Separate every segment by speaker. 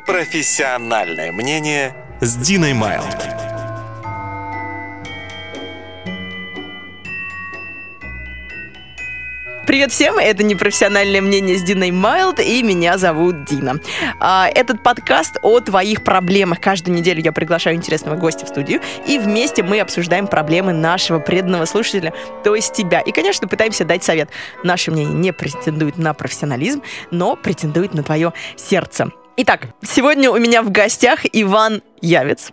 Speaker 1: Непрофессиональное мнение с Диной Майлд.
Speaker 2: Привет всем, это непрофессиональное мнение с Диной Майлд, и меня зовут Дина. А, Этот подкаст о твоих проблемах. Каждую неделю я приглашаю интересного гостя в студию, и вместе мы обсуждаем проблемы нашего преданного слушателя, то есть тебя. И, конечно, пытаемся дать совет. Наше мнение не претендует на профессионализм, но претендует на твое сердце. Итак, сегодня у меня в гостях Иван Явец.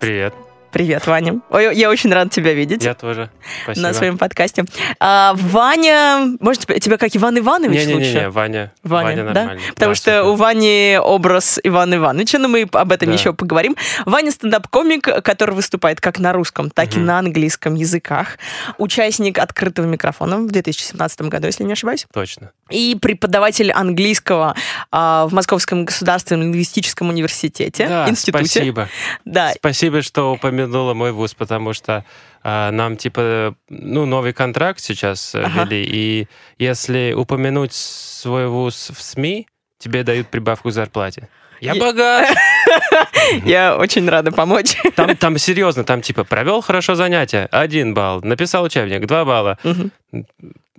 Speaker 3: Привет.
Speaker 2: Привет, Ваня. Ой, я очень рада тебя видеть.
Speaker 3: Я тоже. Спасибо.
Speaker 2: на своем подкасте. А, Ваня, может, тебя- тебя как Иван Иванович
Speaker 3: Не-не-не,
Speaker 2: лучше?
Speaker 3: Ваня.
Speaker 2: Ваня, да?
Speaker 3: нормально.
Speaker 2: Потому
Speaker 3: Да,
Speaker 2: что
Speaker 3: супер.
Speaker 2: у Вани образ Ивана Ивановича, но мы об этом
Speaker 3: Да.
Speaker 2: еще поговорим. Ваня стендап-комик, который выступает как на русском, так и
Speaker 3: Мгм.
Speaker 2: на английском языках. Участник открытого микрофона в 2017 году, если не ошибаюсь.
Speaker 3: Точно.
Speaker 2: И преподаватель английского а, в Московском государственном лингвистическом университете,
Speaker 3: Да,
Speaker 2: институте. А,
Speaker 3: спасибо.
Speaker 2: Да,
Speaker 3: Спасибо, что упомянула мой вуз, потому что а, нам, типа, ну, новый контракт сейчас э,
Speaker 2: Ага.
Speaker 3: ввели, и если упомянуть свой вуз в СМИ, тебе дают прибавку к зарплате. Я
Speaker 2: Я-
Speaker 3: богат!
Speaker 2: я очень рада помочь.
Speaker 3: Там, там серьезно, там типа провел хорошо занятие, один балл, написал учебник, два балла,
Speaker 2: Мгм.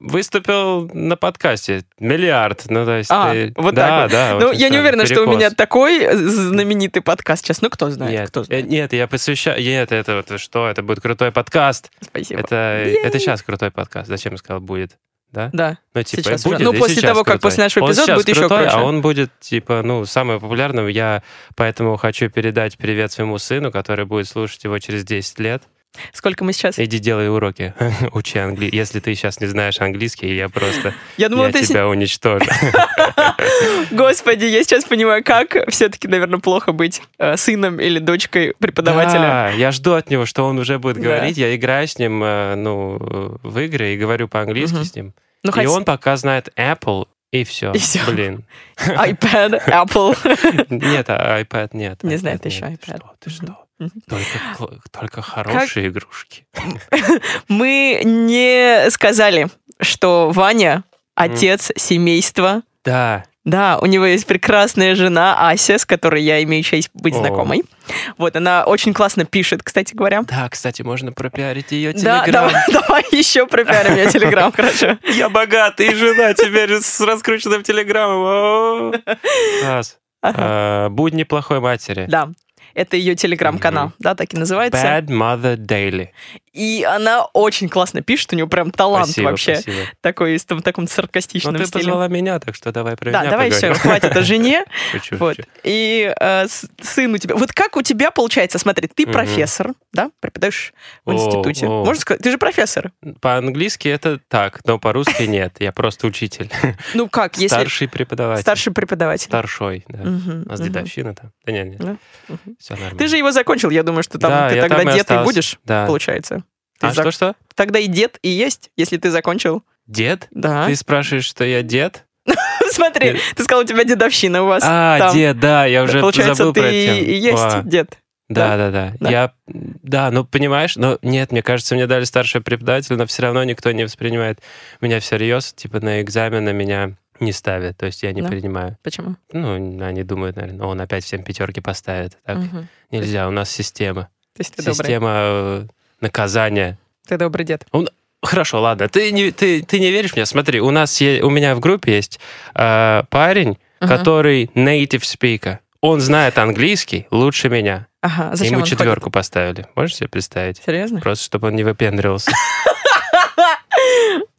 Speaker 3: выступил на подкасте, миллиард, ну то есть
Speaker 2: А,
Speaker 3: ты-
Speaker 2: вот
Speaker 3: да,
Speaker 2: так вот.
Speaker 3: да.
Speaker 2: Ну,
Speaker 3: очень
Speaker 2: я не
Speaker 3: странно,
Speaker 2: уверена, что у
Speaker 3: перекос.
Speaker 2: меня такой э, знаменитый подкаст сейчас. Ну, кто знает,
Speaker 3: Нет,
Speaker 2: кто
Speaker 3: э,
Speaker 2: знает.
Speaker 3: нет, я посвящаю. Нет, это вот что, это будет крутой подкаст.
Speaker 2: Спасибо.
Speaker 3: Это, это сейчас крутой подкаст. Зачем я сказал будет? Да?
Speaker 2: Да.
Speaker 3: Ну, типа,
Speaker 2: Сейчас
Speaker 3: будет,
Speaker 2: уже. Ну,
Speaker 3: и
Speaker 2: после
Speaker 3: сейчас
Speaker 2: того, как
Speaker 3: крутой.
Speaker 2: после нашего
Speaker 3: Он
Speaker 2: эпизода
Speaker 3: сейчас
Speaker 2: будет еще
Speaker 3: крутой,
Speaker 2: круче.
Speaker 3: А он будет, типа, ну, самым популярным. Я поэтому хочу передать привет своему сыну, который будет слушать его через 10 лет.
Speaker 2: Сколько мы сейчас?
Speaker 3: Иди делай уроки, учи английский. Если ты сейчас не знаешь английский, я просто
Speaker 2: Я думала,
Speaker 3: я
Speaker 2: ты... с-
Speaker 3: тебя уничтожу.
Speaker 2: Господи, я сейчас понимаю, как все-таки, наверное, плохо быть э, сыном или дочкой преподавателя.
Speaker 3: Да, я жду от него, что он уже будет
Speaker 2: Да.
Speaker 3: говорить. Я играю с ним, э, ну, э, в игры и говорю по-английски
Speaker 2: Мгм.
Speaker 3: с ним.
Speaker 2: Ну,
Speaker 3: и
Speaker 2: хоть
Speaker 3: он пока знает Apple, и все.
Speaker 2: И всё.
Speaker 3: Блин.
Speaker 2: iPad, Apple.
Speaker 3: Нет, а iPad нет.
Speaker 2: Не
Speaker 3: iPad
Speaker 2: знает
Speaker 3: нет.
Speaker 2: еще
Speaker 3: Ты
Speaker 2: iPad.
Speaker 3: Что, ты что?
Speaker 2: Мгм.
Speaker 3: Только, кл- только хорошие игрушки.
Speaker 2: Мы не сказали, что Ваня
Speaker 3: Мгм.
Speaker 2: отец семейства.
Speaker 3: Да.
Speaker 2: Да, у него есть прекрасная жена Ася, с которой я имею честь быть
Speaker 3: О.
Speaker 2: знакомой. Вот, она очень классно пишет, кстати говоря.
Speaker 3: Да, кстати, можно пропиарить ее
Speaker 2: Да,
Speaker 3: Э, телеграм.
Speaker 2: давай, давай еще пропиарим я телеграм, хорошо.
Speaker 3: Я богатый, и жена теперь с раскрученным телеграммом. О. Класс.
Speaker 2: Ага.
Speaker 3: А, Будни плохой матери.
Speaker 2: Да. Это ее телеграм-канал,
Speaker 3: Мгм.
Speaker 2: да, так и называется.
Speaker 3: Bad Mother Daily.
Speaker 2: И она очень классно пишет, у нее прям талант
Speaker 3: Спасибо,
Speaker 2: вообще
Speaker 3: спасибо.
Speaker 2: такой с там, таком
Speaker 3: Ну,
Speaker 2: саркастичном
Speaker 3: ты
Speaker 2: стиле.
Speaker 3: позвала меня, так что давай про
Speaker 2: да,
Speaker 3: меня
Speaker 2: давай
Speaker 3: поговорим.
Speaker 2: еще хватит о жене.
Speaker 3: Шучу,
Speaker 2: Вот.
Speaker 3: шучу.
Speaker 2: И э, с- сын у тебя. Вот как у тебя получается? Смотри, ты
Speaker 3: Мгм.
Speaker 2: профессор, да, преподаешь в
Speaker 3: О,
Speaker 2: институте.
Speaker 3: о.
Speaker 2: Можно сказать, ты же профессор.
Speaker 3: По-английски это так, но по-русски нет. Я просто учитель.
Speaker 2: Ну как, если
Speaker 3: Старший преподаватель.
Speaker 2: старший преподаватель.
Speaker 3: Старшой, да.
Speaker 2: Мгм,
Speaker 3: У нас
Speaker 2: мгм.
Speaker 3: дедовщина там. Да нет, нет.
Speaker 2: Да. Мгм.
Speaker 3: Все нормально.
Speaker 2: Ты же его закончил, я думаю, что там
Speaker 3: Да,
Speaker 2: ты
Speaker 3: я
Speaker 2: тогда
Speaker 3: там и
Speaker 2: дед и
Speaker 3: остался.
Speaker 2: будешь,
Speaker 3: Да.
Speaker 2: получается. Ты
Speaker 3: А
Speaker 2: зак-
Speaker 3: что-что?
Speaker 2: Тогда и дед и есть, если ты закончил.
Speaker 3: Дед?
Speaker 2: Да.
Speaker 3: Ты спрашиваешь, что я дед?
Speaker 2: Смотри,
Speaker 3: Дед.
Speaker 2: ты сказал, у тебя дедовщина у вас.
Speaker 3: А,
Speaker 2: там.
Speaker 3: дед, да, я уже
Speaker 2: Получается,
Speaker 3: забыл
Speaker 2: ты
Speaker 3: про это.
Speaker 2: и есть
Speaker 3: Ва.
Speaker 2: дед.
Speaker 3: Да, да, да,
Speaker 2: Да?
Speaker 3: Я, да, ну понимаешь, но нет, мне кажется, мне дали старшего преподавателя, но все равно никто не воспринимает меня всерьез, типа на экзамены меня не ставят, то есть я не
Speaker 2: Да.
Speaker 3: принимаю.
Speaker 2: Почему?
Speaker 3: Ну, они думают, наверное, он опять всем пятерки поставит. Так
Speaker 2: Мгм.
Speaker 3: нельзя, у нас система.
Speaker 2: То есть ты добрый.
Speaker 3: система э, наказания.
Speaker 2: Ты добрый дед.
Speaker 3: Хорошо, ладно, ты не, ты, ты не веришь мне? Смотри, у нас е- у меня в группе есть э, парень,
Speaker 2: Мгм.
Speaker 3: который native speaker. Он знает английский лучше меня.
Speaker 2: Ага, зачем
Speaker 3: Ему
Speaker 2: он
Speaker 3: четверку поставили. Можешь себе представить?
Speaker 2: ходит? Серьезно?
Speaker 3: Просто, чтобы он не выпендривался.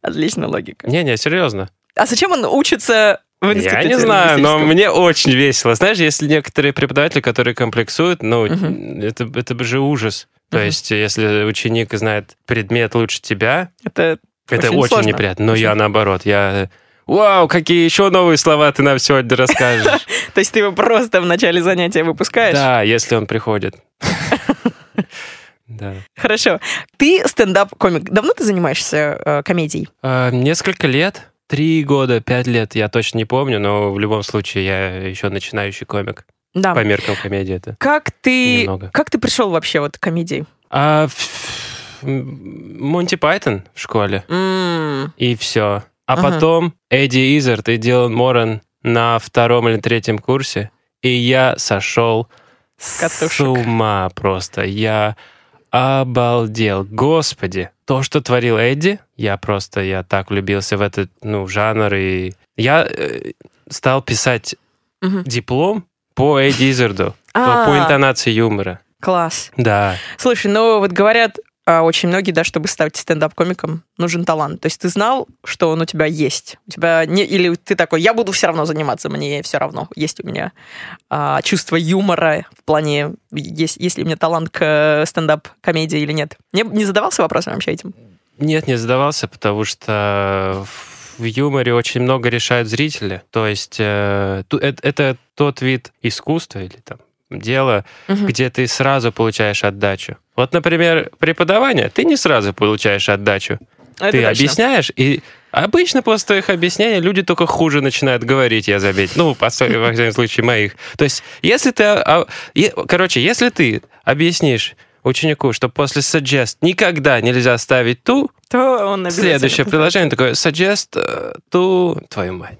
Speaker 2: Отличная логика.
Speaker 3: Не-не, серьезно.
Speaker 2: А зачем он учится в институте?
Speaker 3: Я не знаю, но
Speaker 2: лингвистическом?
Speaker 3: мне очень весело. Знаешь, если некоторые преподаватели, которые комплексуют, ну,
Speaker 2: Мгм.
Speaker 3: это, это бы же ужас. То
Speaker 2: Мгм.
Speaker 3: есть, если ученик знает предмет лучше тебя,
Speaker 2: Это...
Speaker 3: это
Speaker 2: Очень
Speaker 3: очень,
Speaker 2: сложно.
Speaker 3: неприятно. Но
Speaker 2: Очень.
Speaker 3: я наоборот, я... Вау, какие еще новые слова ты нам сегодня расскажешь.
Speaker 2: То есть ты его просто в начале занятия выпускаешь?
Speaker 3: Да, если он приходит. Да.
Speaker 2: Хорошо. Ты стендап-комик. Давно ты занимаешься э, комедией?
Speaker 3: А, Несколько лет, три года, пять лет, я точно не помню, но в любом случае я еще начинающий комик.
Speaker 2: Да.
Speaker 3: По меркам комедии это.
Speaker 2: Как ты...
Speaker 3: Немного.
Speaker 2: Как ты пришел вообще вот к комедии?
Speaker 3: А, ф- м, Монти Пайтон в школе,
Speaker 2: М,
Speaker 3: и все. А
Speaker 2: Ага.
Speaker 3: потом Эдди Изерт и Дилан Моран на втором или третьем курсе. и я сошел
Speaker 2: катушек.
Speaker 3: с ума просто. Я обалдел. Господи, то, что творил Эдди, я просто, я так влюбился в этот, ну, жанр, и я э, стал писать
Speaker 2: Мгм.
Speaker 3: диплом по Эдди Изерду, по,
Speaker 2: А.
Speaker 3: по интонации юмора.
Speaker 2: Класс.
Speaker 3: Да.
Speaker 2: Слушай, ну вот говорят а, очень многие, да, чтобы стать стендап-комиком, нужен талант. То есть ты знал, что он у тебя есть. У тебя не, или ты такой, я буду все равно заниматься, мне все равно. Есть у меня а, чувство юмора в плане, есть, есть ли у меня талант к э, стендап-комедии или нет. Не, не задавался вопросом вообще этим?
Speaker 3: Нет, не задавался, потому что в юморе очень много решают зрители. То есть э, ту- это, это тот вид искусства или там дела,
Speaker 2: Мгм.
Speaker 3: где ты сразу получаешь отдачу. Вот, например, преподавание, ты не сразу получаешь отдачу.
Speaker 2: Это
Speaker 3: ты
Speaker 2: точно.
Speaker 3: объясняешь, и обычно после твоих объяснений люди только хуже начинают говорить, я заметил. Ну, по сути, во всяком случае, моих. То есть, если ты... а, е- короче, если ты объяснишь ученику, что после suggest никогда нельзя ставить ту,
Speaker 2: То он обязательно-
Speaker 3: Следующее приложение такое suggest э, to твою мать.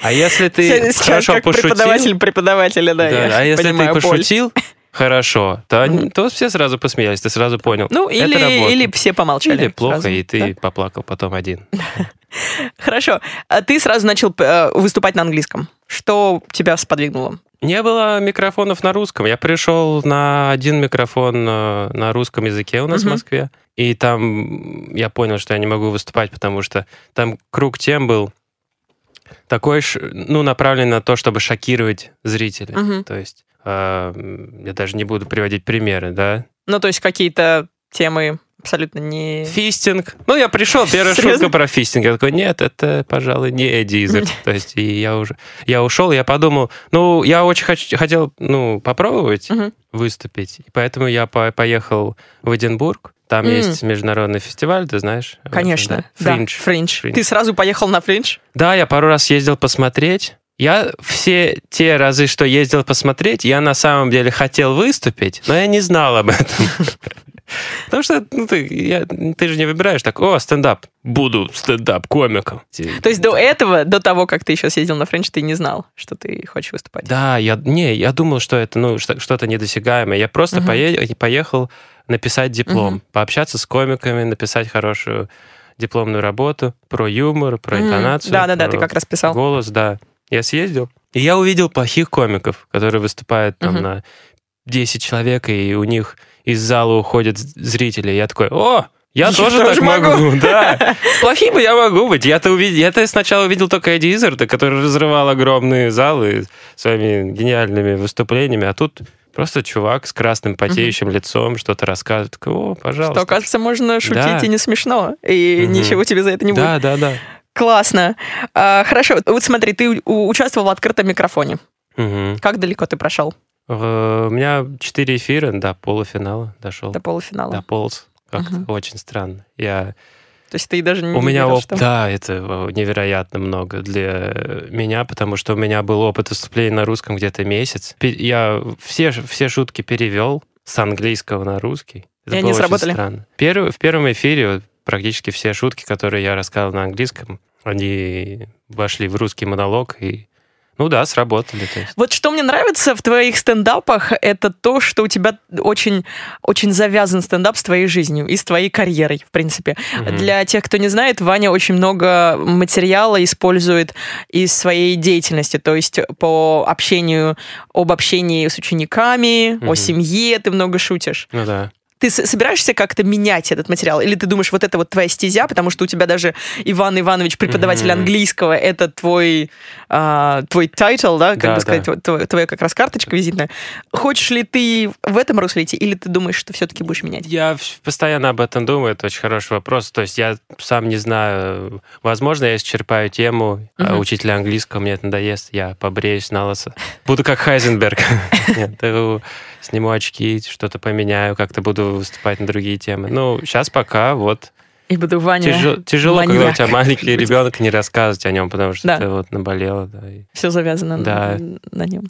Speaker 3: А если ты
Speaker 2: Сейчас
Speaker 3: хорошо
Speaker 2: как
Speaker 3: пошутил,
Speaker 2: преподаватель преподавателя, да,
Speaker 3: да,
Speaker 2: я
Speaker 3: а если ты
Speaker 2: понимаю боль.
Speaker 3: пошутил хорошо, то они-
Speaker 2: Мгм.
Speaker 3: то все сразу посмеялись, ты сразу понял.
Speaker 2: Ну,
Speaker 3: Это работает.
Speaker 2: или, или все помолчали.
Speaker 3: Или плохо,
Speaker 2: сразу,
Speaker 3: и
Speaker 2: да?
Speaker 3: ты поплакал потом один.
Speaker 2: Хорошо. А ты сразу начал э, выступать на английском. Что тебя сподвигнуло?
Speaker 3: Не было микрофонов на русском. Я пришел на один микрофон э, на русском языке у нас в
Speaker 2: Мгм.
Speaker 3: Москве. И там я понял, что я не могу выступать, потому что там круг тем был такой, ш- ну, направленный на то, чтобы шокировать зрителей.
Speaker 2: Мгм.
Speaker 3: То есть э, м, я даже не буду приводить примеры, да.
Speaker 2: Ну, то есть какие-то темы абсолютно не...
Speaker 3: Фистинг. Ну, я пришел, первая
Speaker 2: Серьезно?
Speaker 3: шутка про фистинг. Я такой, нет, это, пожалуй, не Эдди Иззард». То есть и я уже... Я ушел, я подумал, ну, я очень хоч- хотел, ну, попробовать,
Speaker 2: Мгм.
Speaker 3: выступить. И поэтому я по- поехал в Эдинбург. Там
Speaker 2: М.
Speaker 3: есть международный фестиваль, ты знаешь? об этом,
Speaker 2: Конечно.
Speaker 3: да?
Speaker 2: Да,
Speaker 3: Фриндж.
Speaker 2: фриндж.
Speaker 3: Фриндж.
Speaker 2: Ты сразу поехал на фриндж?
Speaker 3: Да, я пару раз ездил посмотреть. Я все те разы, что ездил посмотреть, я на самом деле хотел выступить, но я не знал об этом. Потому что ну, ты, я- ты же не выбираешь так, о, стендап, буду стендап-комиком.
Speaker 2: То есть до этого, до того, как ты еще съездил на фриндж, ты не знал, что ты хочешь выступать?
Speaker 3: Да, я не, я думал, что это ну что- что-то недосягаемое. Я просто
Speaker 2: Мгм.
Speaker 3: пое- поехал написать диплом,
Speaker 2: Мгм.
Speaker 3: пообщаться с комиками, написать хорошую дипломную работу про юмор, про
Speaker 2: М,
Speaker 3: интонацию.
Speaker 2: Да-да-да, ты
Speaker 3: про
Speaker 2: как раз писал.
Speaker 3: голос, да. Я съездил и я увидел плохих комиков, которые выступают там
Speaker 2: Мгм.
Speaker 3: на 10 человек и у них из зала уходят з- зрители. Я такой, о, я,
Speaker 2: Я
Speaker 3: тоже,
Speaker 2: тоже
Speaker 3: так
Speaker 2: могу».
Speaker 3: могу, да. Плохим я могу быть. Я-то увидел, я-то сначала увидел только Эдди Изерда, который разрывал огромные залы своими гениальными выступлениями, а тут просто чувак с красным потеющим лицом что-то рассказывает. Такой, О,
Speaker 2: Что,
Speaker 3: пожалуйста.
Speaker 2: оказывается, можно шутить
Speaker 3: Да.
Speaker 2: и не смешно, и
Speaker 3: Мгм.
Speaker 2: ничего тебе за это не будет.
Speaker 3: да, да, да.
Speaker 2: Классно. А, хорошо, вот смотри, ты у- у- участвовал в открытом микрофоне.
Speaker 3: Мгм.
Speaker 2: Как далеко ты прошел
Speaker 3: Э, У меня 4 эфира до полуфинала дошел.
Speaker 2: до полуфинала?
Speaker 3: Дополз. Как-то
Speaker 2: Мгм.
Speaker 3: очень странно. Я...
Speaker 2: То есть ты даже не
Speaker 3: У меня
Speaker 2: верил,
Speaker 3: опыт,
Speaker 2: что-
Speaker 3: да, это э, невероятно много для э, меня, потому что у меня был опыт выступления на русском где-то месяц. Пе- Я все, ш- все шутки перевел с английского на русский. Это
Speaker 2: И они
Speaker 3: было очень
Speaker 2: сработали?
Speaker 3: странно. Первый- в первом эфире вот практически все шутки, которые я рассказывал на английском, они вошли в русский монолог и, ну да, сработали. то есть.
Speaker 2: Вот что мне нравится в твоих стендапах, это то, что у тебя очень, очень завязан стендап с твоей жизнью и с твоей карьерой, в принципе.
Speaker 3: Мгм.
Speaker 2: Для тех, кто не знает, Ваня очень много материала использует из своей деятельности, то есть по общению, об общении с учениками, о
Speaker 3: Мгм.
Speaker 2: семье ты много шутишь.
Speaker 3: Ну да.
Speaker 2: Ты с- собираешься как-то менять этот материал? Или ты думаешь, вот это вот твоя стезя, потому что у тебя даже Иван Иванович, преподаватель
Speaker 3: Мгм.
Speaker 2: английского, это твой а, твой тайтл, да, как
Speaker 3: Да,
Speaker 2: бы
Speaker 3: да.
Speaker 2: сказать, тво- тво- твоя как раз карточка визитная. Хочешь ли ты в этом русле идти, или ты думаешь, что все-таки будешь менять?
Speaker 3: Я в- постоянно об этом думаю, это очень хороший вопрос. То есть я сам не знаю, возможно, я исчерпаю тему а
Speaker 2: Мгм.
Speaker 3: учителя английского, мне это надоест, я побреюсь на лысо. Буду как Хайзенберг. Нет, э, Сниму очки, что-то поменяю, как-то буду выступать на другие темы. Ну, сейчас пока вот
Speaker 2: И буду Ваня.
Speaker 3: тяжело, тяжело, когда у тебя
Speaker 2: маньяк,
Speaker 3: маленький
Speaker 2: может быть.
Speaker 3: ребенок, не рассказывать о нем, потому что
Speaker 2: Да.
Speaker 3: ты вот наболела. да, и-
Speaker 2: Все завязано на-
Speaker 3: Да.
Speaker 2: на, нем.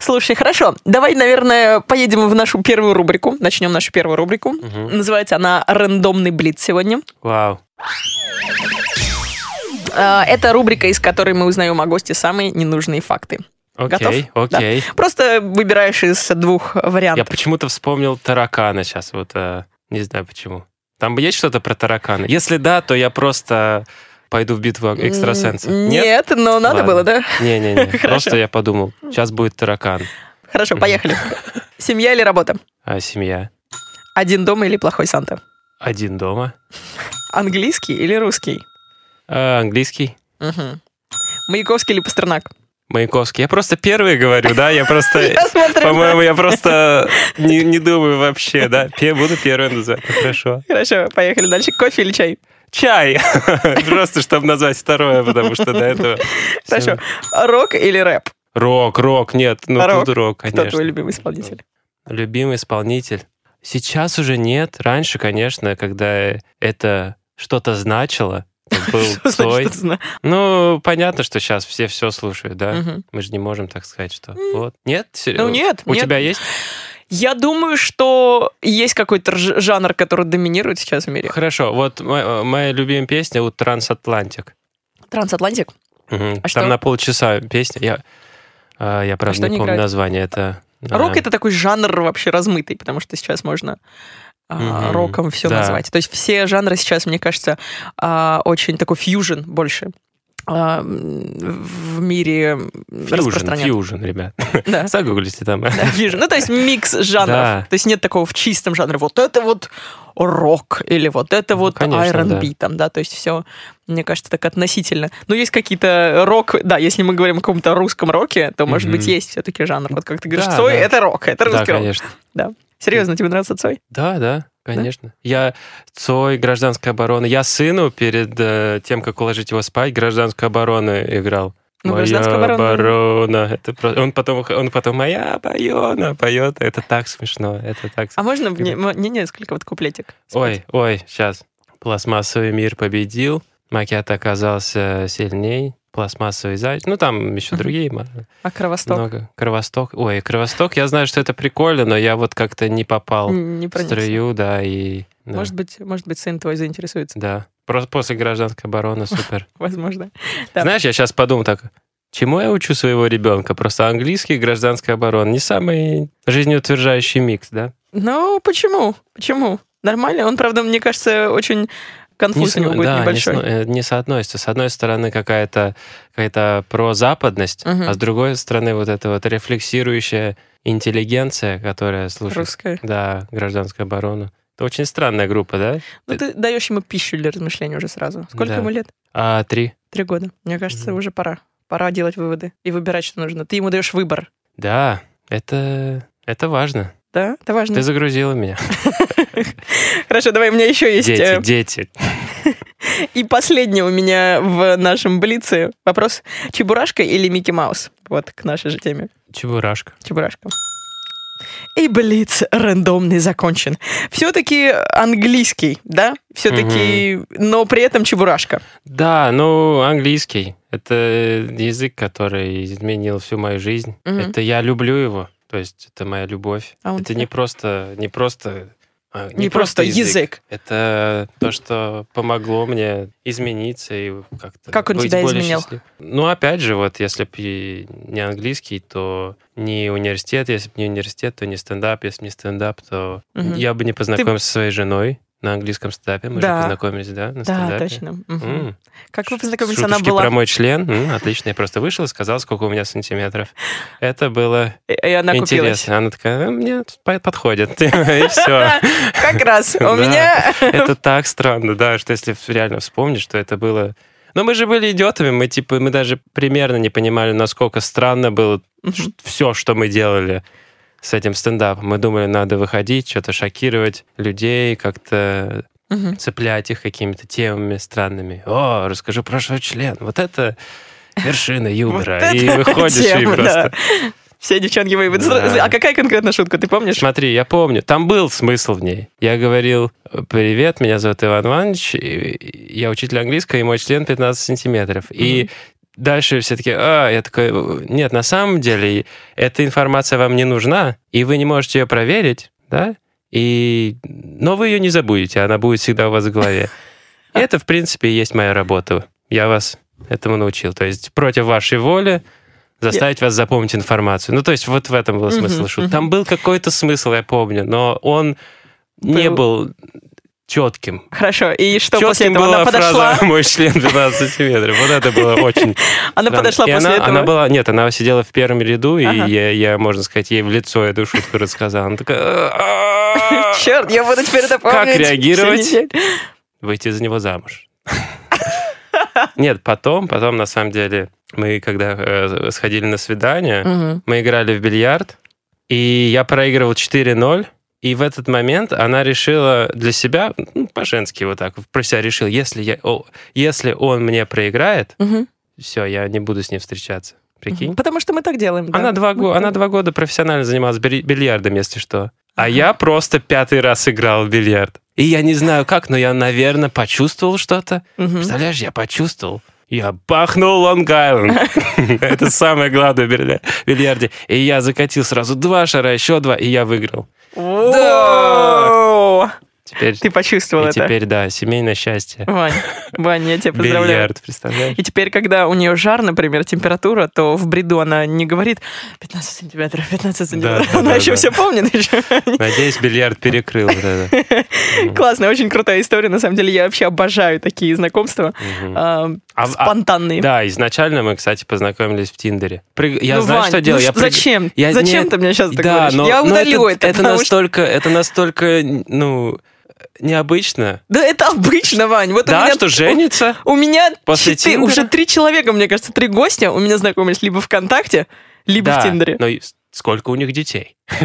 Speaker 2: Слушай, хорошо. Давай, наверное, поедем в нашу первую рубрику. Начнем нашу первую рубрику.
Speaker 3: Мгм.
Speaker 2: Называется она «Рандомный блиц» сегодня.
Speaker 3: Вау.
Speaker 2: Э, А, Это рубрика, из которой мы узнаем о госте самые ненужные факты. Готов?
Speaker 3: Окей, окей.
Speaker 2: Просто выбираешь из двух
Speaker 3: Я
Speaker 2: вариантов.
Speaker 3: почему-то вспомнил таракана сейчас, вот э, не знаю почему. Там есть что-то про таракана? Если да, то я просто пойду в битву экстрасенсов.
Speaker 2: М, Нет, но надо
Speaker 3: Ладно.
Speaker 2: было, да?
Speaker 3: Не-не-не,
Speaker 2: Хорошо.
Speaker 3: просто я подумал, сейчас будет таракан,
Speaker 2: Хорошо,
Speaker 3: Мгм.
Speaker 2: поехали. Семья или работа?
Speaker 3: а семья
Speaker 2: Один дома или плохой Санта?
Speaker 3: один дома.
Speaker 2: Английский или русский?
Speaker 3: А, английский,
Speaker 2: Мгм. Маяковский или Пастернак?
Speaker 3: Маяковский. Я просто первый говорю, да? Я просто...
Speaker 2: Я смотрю,
Speaker 3: Э, По-моему, я просто не, не думаю вообще, да? Пе- Буду первым называть, ну, хорошо.
Speaker 2: да. Хорошо, поехали дальше. Кофе или чай?
Speaker 3: Чай! Просто, чтобы назвать второе, потому что до этого...
Speaker 2: Хорошо. Рок или рэп?
Speaker 3: Рок, рок, нет, ну
Speaker 2: Рок.
Speaker 3: тут рок,
Speaker 2: Кто твой
Speaker 3: конечно.
Speaker 2: любимый исполнитель?
Speaker 3: Любимый исполнитель. Сейчас уже нет. Раньше, конечно, когда это что-то значило, то
Speaker 2: Что
Speaker 3: был
Speaker 2: значит,
Speaker 3: Цой.
Speaker 2: что ты знаешь?
Speaker 3: Ну, понятно, что сейчас все все слушают, да?
Speaker 2: Мгм.
Speaker 3: Мы же не можем так сказать, что вот. Нет?
Speaker 2: Ну нет,
Speaker 3: У
Speaker 2: нет.
Speaker 3: тебя есть?
Speaker 2: Я думаю, что есть какой-то рж- жанр, который доминирует сейчас в мире.
Speaker 3: Хорошо, вот мо- э, моя любимая песня у Трансатлантик.
Speaker 2: Трансатлантик?
Speaker 3: Мгм. Там
Speaker 2: А что?
Speaker 3: на полчаса песня. Я, а, я правда
Speaker 2: что
Speaker 3: не
Speaker 2: они
Speaker 3: помню
Speaker 2: играют?
Speaker 3: название. Это а,
Speaker 2: Рок это такой жанр вообще размытый, потому что сейчас можно а,
Speaker 3: Мгм.
Speaker 2: роком все
Speaker 3: Да.
Speaker 2: назвать. То есть все жанры сейчас, мне кажется, а, очень такой фьюжн больше а, м, в мире
Speaker 3: фьюжн,
Speaker 2: распространяется.
Speaker 3: фьюжн, ребят.
Speaker 2: Да.
Speaker 3: Загуглите там.
Speaker 2: Да, фьюжн. Ну, то есть микс жанров.
Speaker 3: Да.
Speaker 2: То есть нет такого в чистом жанре. Вот это вот рок, или вот это
Speaker 3: Ну,
Speaker 2: вот
Speaker 3: конечно,
Speaker 2: R&B, там, да, то есть все, мне кажется, так относительно. Но есть какие-то рок, да, если мы говорим о каком-то русском роке, то, может
Speaker 3: Мгм.
Speaker 2: быть, есть все-таки жанр. Вот как ты говоришь,
Speaker 3: Да,
Speaker 2: Цой,
Speaker 3: да.
Speaker 2: это рок, это
Speaker 3: Да,
Speaker 2: русский рок.
Speaker 3: конечно.
Speaker 2: Серьезно, тебе нравится Цой?
Speaker 3: Да, да, конечно. Я Цой, гражданская оборона. Я сыну перед э, тем, как уложить его спать, гражданскую оборону играл.
Speaker 2: Ну,
Speaker 3: моя
Speaker 2: «Гражданская оборона».
Speaker 3: Это про- он, потом, он потом моя оборона поет. Это так смешно. Это так
Speaker 2: А
Speaker 3: смешно.
Speaker 2: можно мне, мне несколько вот куплетик? спеть?
Speaker 3: Ой, ой, сейчас. Пластмассовый мир победил. Макет оказался сильней. Пластмассовый заяц. Ну, там еще
Speaker 2: Мгм.
Speaker 3: другие ма-
Speaker 2: А Кровосток?
Speaker 3: много. Кровосток. Ой, Кровосток, я знаю, что это прикольно, но я вот как-то не попал
Speaker 2: Н- Не
Speaker 3: в
Speaker 2: проникся.
Speaker 3: струю, да, и... да.
Speaker 2: Может быть, может быть, сын твой заинтересуется,
Speaker 3: Да. Просто после гражданской обороны супер.
Speaker 2: возможно. Да.
Speaker 3: Знаешь, я сейчас подумал так, чему я учу своего ребенка? Просто английский и гражданская оборона. Не самый жизнеутвержающий микс, да?
Speaker 2: Ну, почему? Почему? Нормально. Он, правда, мне кажется, очень
Speaker 3: Не
Speaker 2: конфуз
Speaker 3: с-
Speaker 2: у него будет
Speaker 3: да, не
Speaker 2: ну, небольшой.
Speaker 3: с- э, не соотносится. С одной стороны, какая-то какая прозападность,
Speaker 2: Мгм.
Speaker 3: а с другой стороны, вот эта вот рефлексирующая интеллигенция, которая слушает
Speaker 2: Русская.
Speaker 3: да, гражданскую оборону. Это очень странная группа, да?
Speaker 2: Ну, ты даешь ему пищу для размышления уже сразу. Сколько
Speaker 3: Да.
Speaker 2: ему лет?
Speaker 3: А, три.
Speaker 2: Три года. Мне кажется,
Speaker 3: Мгм.
Speaker 2: уже пора. Пора делать выводы и выбирать, что нужно. Ты ему даешь выбор.
Speaker 3: Да, это, это важно.
Speaker 2: Да, это важно.
Speaker 3: Ты загрузила меня.
Speaker 2: Хорошо, давай, у меня еще есть.
Speaker 3: Дети,
Speaker 2: э,
Speaker 3: дети.
Speaker 2: И последний у меня в нашем Блице вопрос. Чебурашка или Микки Маус? Вот к нашей же теме.
Speaker 3: Чебурашка.
Speaker 2: Чебурашка. И Блиц рандомный закончен. Все-таки английский, да? Все-таки, но при этом Чебурашка.
Speaker 3: Да, ну, английский. Это язык, который изменил всю мою жизнь.
Speaker 2: Мгм.
Speaker 3: Это я люблю его. То есть это моя любовь.
Speaker 2: А он
Speaker 3: это
Speaker 2: тебя?
Speaker 3: не просто, не просто, а,
Speaker 2: Не, просто язык.
Speaker 3: Это то, что помогло мне измениться и как-то
Speaker 2: Как он
Speaker 3: быть
Speaker 2: тебя
Speaker 3: более
Speaker 2: изменил?
Speaker 3: счастливым. Ну, опять же, вот если бы не английский, то не университет, если бы не университет, то не стендап, если бы не стендап, то
Speaker 2: Мгм.
Speaker 3: я бы не познакомился со своей женой на английском стендапе. Мы
Speaker 2: Да.
Speaker 3: же познакомились, да, на
Speaker 2: Да,
Speaker 3: стендапе.
Speaker 2: точно. Мгм.
Speaker 3: М,
Speaker 2: Как вы познакомились? Она
Speaker 3: шуточки
Speaker 2: была...
Speaker 3: про мой член. М, отлично, я просто вышел и сказал, сколько у меня сантиметров. Это было
Speaker 2: И и она купилась.
Speaker 3: интересно. Она такая, «А, мне по- подходит. И все.
Speaker 2: Как раз. У
Speaker 3: Да.
Speaker 2: меня...
Speaker 3: Это так странно, да, что если реально вспомнишь, что это было... Но мы же были идиотами, мы типа мы даже примерно не понимали, насколько странно было все, что мы делали с этим стендапом. Мы думали, надо выходить, что-то шокировать людей, как-то
Speaker 2: Мгм.
Speaker 3: цеплять их какими-то темами странными. О, расскажу про свой член. Вот это вершина юмора.
Speaker 2: Вот
Speaker 3: и
Speaker 2: это
Speaker 3: выходишь и
Speaker 2: тема, да.
Speaker 3: просто...
Speaker 2: Все девчонки выебут.
Speaker 3: Да.
Speaker 2: А какая конкретно шутка, ты помнишь?
Speaker 3: Смотри, я помню, там был смысл в ней. Я говорил, привет, меня зовут Иван Иванович, и- и я учитель английского, и мой член 15 сантиметров. И дальше все таки а, я такой, нет, на самом деле эта информация вам не нужна, и вы не можете ее проверить, да? И... Но вы ее не забудете, она будет всегда у вас в голове. И это, в принципе, и есть моя работа. Я вас этому научил. То есть против вашей воли заставить вас запомнить информацию. Ну, то есть вот в этом был смысл
Speaker 2: Мгм,
Speaker 3: шутки.
Speaker 2: мгм.
Speaker 3: Там был какой-то смысл, я помню, но он не был четким.
Speaker 2: Хорошо, и что после
Speaker 3: Четким
Speaker 2: этого?
Speaker 3: была
Speaker 2: Она подошла,
Speaker 3: фраза «мой член 12 сантиметров». Вот это было очень
Speaker 2: она
Speaker 3: странно.
Speaker 2: подошла
Speaker 3: И
Speaker 2: после
Speaker 3: она,
Speaker 2: этого.
Speaker 3: Она была, нет, она сидела в первом ряду, и
Speaker 2: Ага.
Speaker 3: я, я, можно сказать, ей в лицо эту шутку рассказал. Она такая... «А-а-а!»
Speaker 2: Черт, я буду теперь это
Speaker 3: Как
Speaker 2: помнить всю
Speaker 3: реагировать?
Speaker 2: неделю.
Speaker 3: выйти за него замуж. Нет, потом, потом, на самом деле, мы когда э, сходили на свидание,
Speaker 2: Мгм.
Speaker 3: мы играли в бильярд, и я проигрывал 4-0, и в этот момент она решила для себя, ну, по-женски вот так, про себя решила, если, я, о, если он мне проиграет,
Speaker 2: Мгм.
Speaker 3: все, я не буду с ним встречаться. Прикинь?
Speaker 2: Потому что мы так делаем. да.
Speaker 3: Она, два, го-
Speaker 2: Мы-
Speaker 3: она два года профессионально занималась били- бильярдом, если что. А я просто пятый раз играл в бильярд. И я не знаю как, но я, наверное, почувствовал что-то.
Speaker 2: Мгм.
Speaker 3: Представляешь, я почувствовал. Я бахнул Лонг-Айленд. Это самое главное в билья- бильярде. И я закатил сразу два шара, еще два, и я выиграл.
Speaker 2: Воу!
Speaker 3: Теперь,
Speaker 2: Ты почувствовал
Speaker 3: и
Speaker 2: это.
Speaker 3: теперь, да, семейное счастье.
Speaker 2: Вань, Вань, я тебя поздравляю.
Speaker 3: Бильярд, представляешь?
Speaker 2: И теперь, когда у нее жар, например, температура, то в бреду она не говорит 15 сантиметров, 15 сантиметров.
Speaker 3: да,
Speaker 2: она
Speaker 3: да,
Speaker 2: еще
Speaker 3: да.
Speaker 2: все помнит. ещё.
Speaker 3: Надеюсь, бильярд перекрыл вот это.
Speaker 2: Классная, очень крутая история. На самом деле, я вообще обожаю такие знакомства.
Speaker 3: Мгм.
Speaker 2: а,
Speaker 3: А- а-
Speaker 2: спонтанные.
Speaker 3: Да, изначально мы, кстати, познакомились в Тиндере. При- Я
Speaker 2: Ну,
Speaker 3: знаю,
Speaker 2: Вань,
Speaker 3: что делал.
Speaker 2: ну
Speaker 3: я
Speaker 2: ш-
Speaker 3: при-
Speaker 2: Зачем?
Speaker 3: я-
Speaker 2: Зачем
Speaker 3: нет,
Speaker 2: ты мне сейчас это
Speaker 3: да,
Speaker 2: говоришь?
Speaker 3: но,
Speaker 2: я
Speaker 3: но
Speaker 2: удалю
Speaker 3: это,
Speaker 2: это, потому что...
Speaker 3: настолько, это настолько, ну, необычно.
Speaker 2: Да это обычно, Вань. Вот у
Speaker 3: да,
Speaker 2: меня...
Speaker 3: что женится.
Speaker 2: У меня
Speaker 3: После
Speaker 2: четы-
Speaker 3: Тиндера?
Speaker 2: уже три человека, мне кажется, три гостя у меня знакомились либо ВКонтакте, либо
Speaker 3: да,
Speaker 2: в Тиндере.
Speaker 3: Но и с- сколько у них детей?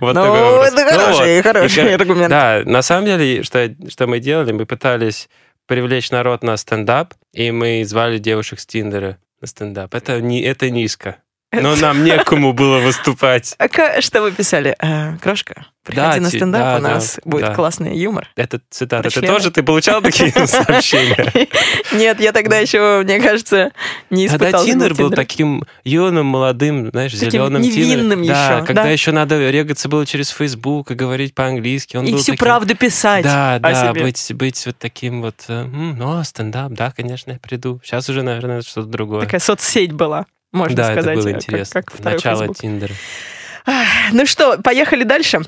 Speaker 3: Вот
Speaker 2: Ну,
Speaker 3: такой вопрос.
Speaker 2: это
Speaker 3: Ну
Speaker 2: хороший,
Speaker 3: вот.
Speaker 2: хороший
Speaker 3: И, кор-
Speaker 2: аргумент.
Speaker 3: Да, на самом деле, что, что мы делали, мы пытались привлечь народ на стендап, и мы звали девушек с Тиндера на стендап. Это, не, это низко. Но нам некому было выступать.
Speaker 2: А ка- что вы писали? Э, Крошка, приходи
Speaker 3: Да,
Speaker 2: на
Speaker 3: ти-
Speaker 2: стендап,
Speaker 3: да,
Speaker 2: у
Speaker 3: да,
Speaker 2: нас будет
Speaker 3: да.
Speaker 2: классный юмор.
Speaker 3: Это цитата.
Speaker 2: Про
Speaker 3: Ты
Speaker 2: члены.
Speaker 3: тоже ты получал такие сообщения?
Speaker 2: Нет, я тогда еще, мне кажется, не испытал.
Speaker 3: Когда
Speaker 2: этого
Speaker 3: Тиндер был
Speaker 2: Тиндера.
Speaker 3: таким юным, молодым, знаешь,
Speaker 2: Таким
Speaker 3: зеленым
Speaker 2: невинным
Speaker 3: Тиндером. Да,
Speaker 2: еще,
Speaker 3: когда
Speaker 2: да.
Speaker 3: еще надо регаться было через Facebook и говорить по-английски. Он
Speaker 2: И
Speaker 3: был
Speaker 2: всю
Speaker 3: таким-
Speaker 2: правду писать.
Speaker 3: Да, да,
Speaker 2: себе.
Speaker 3: быть, быть вот таким вот, э, «М, ну, а, стендап, да, конечно, я приду. Сейчас уже, наверное, что-то другое.
Speaker 2: Такая соцсеть была, можно
Speaker 3: да,
Speaker 2: сказать. э,
Speaker 3: это было
Speaker 2: как-
Speaker 3: интересно.
Speaker 2: Как, второй
Speaker 3: Начало
Speaker 2: Facebook.
Speaker 3: Тиндера.
Speaker 2: Ну что, поехали дальше.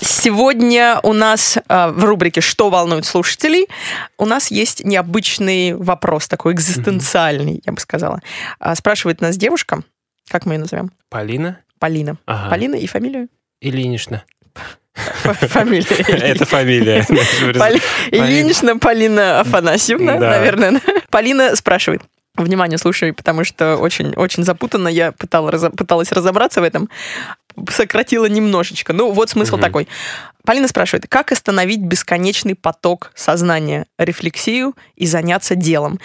Speaker 2: Сегодня у нас э, в рубрике «Что волнует слушателей» у нас есть необычный вопрос, такой экзистенциальный, я бы сказала. А, спрашивает нас девушка, как мы ее назовем?
Speaker 3: Полина?
Speaker 2: Полина.
Speaker 3: Ага.
Speaker 2: Полина и фамилию?
Speaker 3: Ильинична.
Speaker 2: Ф- Фамилия.
Speaker 3: Это фамилия.
Speaker 2: Поли- Ильинична Полина Афанасьевна,
Speaker 3: Да.
Speaker 2: наверное. Полина спрашивает. Внимание, слушай, потому что очень-очень запутанно. Я пытала разо- пыталась разобраться в этом. Сократила немножечко. Ну, вот смысл
Speaker 3: Мгм.
Speaker 2: такой. Полина спрашивает, как остановить бесконечный поток сознания, рефлексию и заняться делом?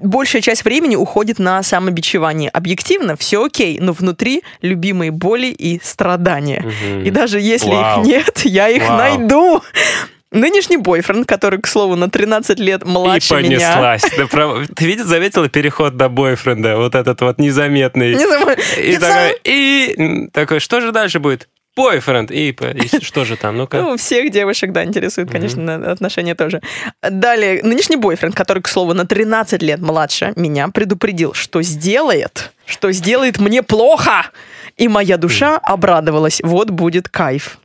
Speaker 2: Большая часть времени уходит на самобичевание. Объективно все окей, но внутри любимые боли и страдания.
Speaker 3: Мгм.
Speaker 2: И даже если
Speaker 3: Вау.
Speaker 2: их нет, я их
Speaker 3: Вау.
Speaker 2: найду. Нынешний бойфренд, который, к слову, на 13 лет
Speaker 3: И
Speaker 2: младше меня.
Speaker 3: понеслась. Да, прав- Ты видишь, заметила переход до бойфренда, вот этот вот незаметный.
Speaker 2: Не знаю,
Speaker 3: И
Speaker 2: не
Speaker 3: такой, и м, такой, что же дальше будет? Бойфренд. И, по- и что же там? Ну-ка.
Speaker 2: Ну, всех девушек, да, интересует, конечно, отношения тоже. Далее, нынешний бойфренд, который, к слову, на 13 лет младше меня, предупредил, что сделает, что сделает мне плохо. И моя душа обрадовалась. Вот будет кайф.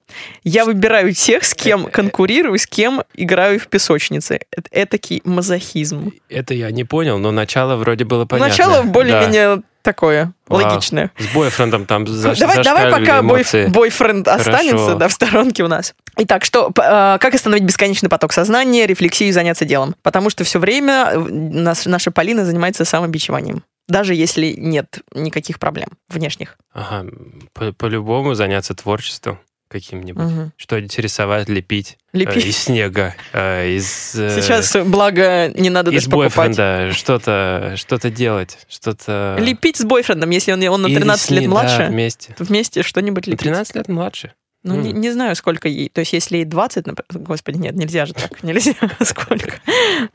Speaker 2: Я выбираю тех, с
Speaker 3: Э,
Speaker 2: кем конкурирую, с кем играю в песочнице. Это этакий мазохизм.
Speaker 3: Это я не понял, но начало вроде было понятно.
Speaker 2: Начало
Speaker 3: Да.
Speaker 2: более-менее такое,
Speaker 3: Вау.
Speaker 2: логичное.
Speaker 3: С бойфрендом там за,
Speaker 2: давай, давай
Speaker 3: зашкаливали
Speaker 2: пока бойф-
Speaker 3: эмоции.
Speaker 2: бойфренд останется
Speaker 3: Хорошо.
Speaker 2: да, в сторонке у нас. Итак, что, п- э, как остановить бесконечный поток сознания, рефлексию и заняться делом? Потому что все время э, нас- наша Полина занимается самобичеванием. Даже если нет никаких проблем внешних.
Speaker 3: Ага, по- по-любому заняться творчеством каким-нибудь.
Speaker 2: Мгм.
Speaker 3: Что-нибудь рисовать, лепить. э,
Speaker 2: Лепить.
Speaker 3: из снега, э, из... э,
Speaker 2: Сейчас, э, благо, не надо даже
Speaker 3: из
Speaker 2: покупать.
Speaker 3: бойфренда что-то что делать, что-то...
Speaker 2: Лепить с бойфрендом, если он, он на
Speaker 3: Или
Speaker 2: 13
Speaker 3: с ней,
Speaker 2: ну, лет
Speaker 3: да,
Speaker 2: младше,
Speaker 3: вместе.
Speaker 2: то вместе что-нибудь лепить.
Speaker 3: 13 лет младше.
Speaker 2: Ну, не,
Speaker 3: М.
Speaker 2: не знаю, сколько ей. То есть, если ей 20, например, господи, нет, нельзя же так, нельзя. Сколько?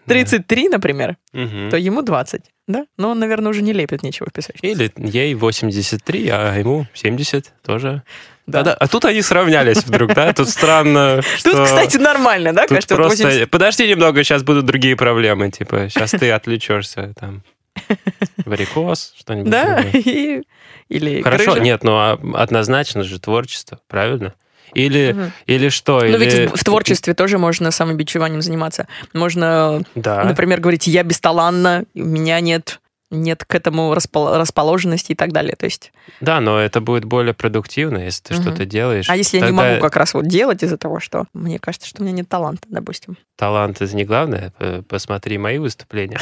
Speaker 2: 33, например,
Speaker 3: Мгм.
Speaker 2: то ему 20, да? Но он, наверное, уже не лепит ничего в песочнице.
Speaker 3: Или ей 83, а ему 70 тоже.
Speaker 2: Да.
Speaker 3: Да. да А тут они сравнялись вдруг, да? Тут странно,
Speaker 2: Тут,
Speaker 3: что
Speaker 2: кстати, нормально, да?
Speaker 3: тут
Speaker 2: Кажется, вот
Speaker 3: просто...
Speaker 2: 80.
Speaker 3: Подожди немного, сейчас будут другие проблемы, типа, сейчас ты отвлечешься там. Варикоз, что-нибудь.
Speaker 2: Да?
Speaker 3: другое.
Speaker 2: И- Или
Speaker 3: Хорошо,
Speaker 2: крыжа.
Speaker 3: нет, ну а однозначно же творчество, правильно? Или,
Speaker 2: Мгм.
Speaker 3: или что?
Speaker 2: Ну,
Speaker 3: или-
Speaker 2: ведь в творчестве тоже можно самобичеванием заниматься. Можно
Speaker 3: Да.
Speaker 2: Например, говорите, я бесталанна, у меня нет, нет к этому распол- расположенности и так далее. То есть,
Speaker 3: Да, но это будет более продуктивно, если ты
Speaker 2: Мгм.
Speaker 3: что-то делаешь.
Speaker 2: а если я не
Speaker 3: Тогда
Speaker 2: могу как раз вот делать из-за того, что мне кажется, что у меня нет таланта, допустим.
Speaker 3: Талант это не главное. Э, Посмотри мои выступления.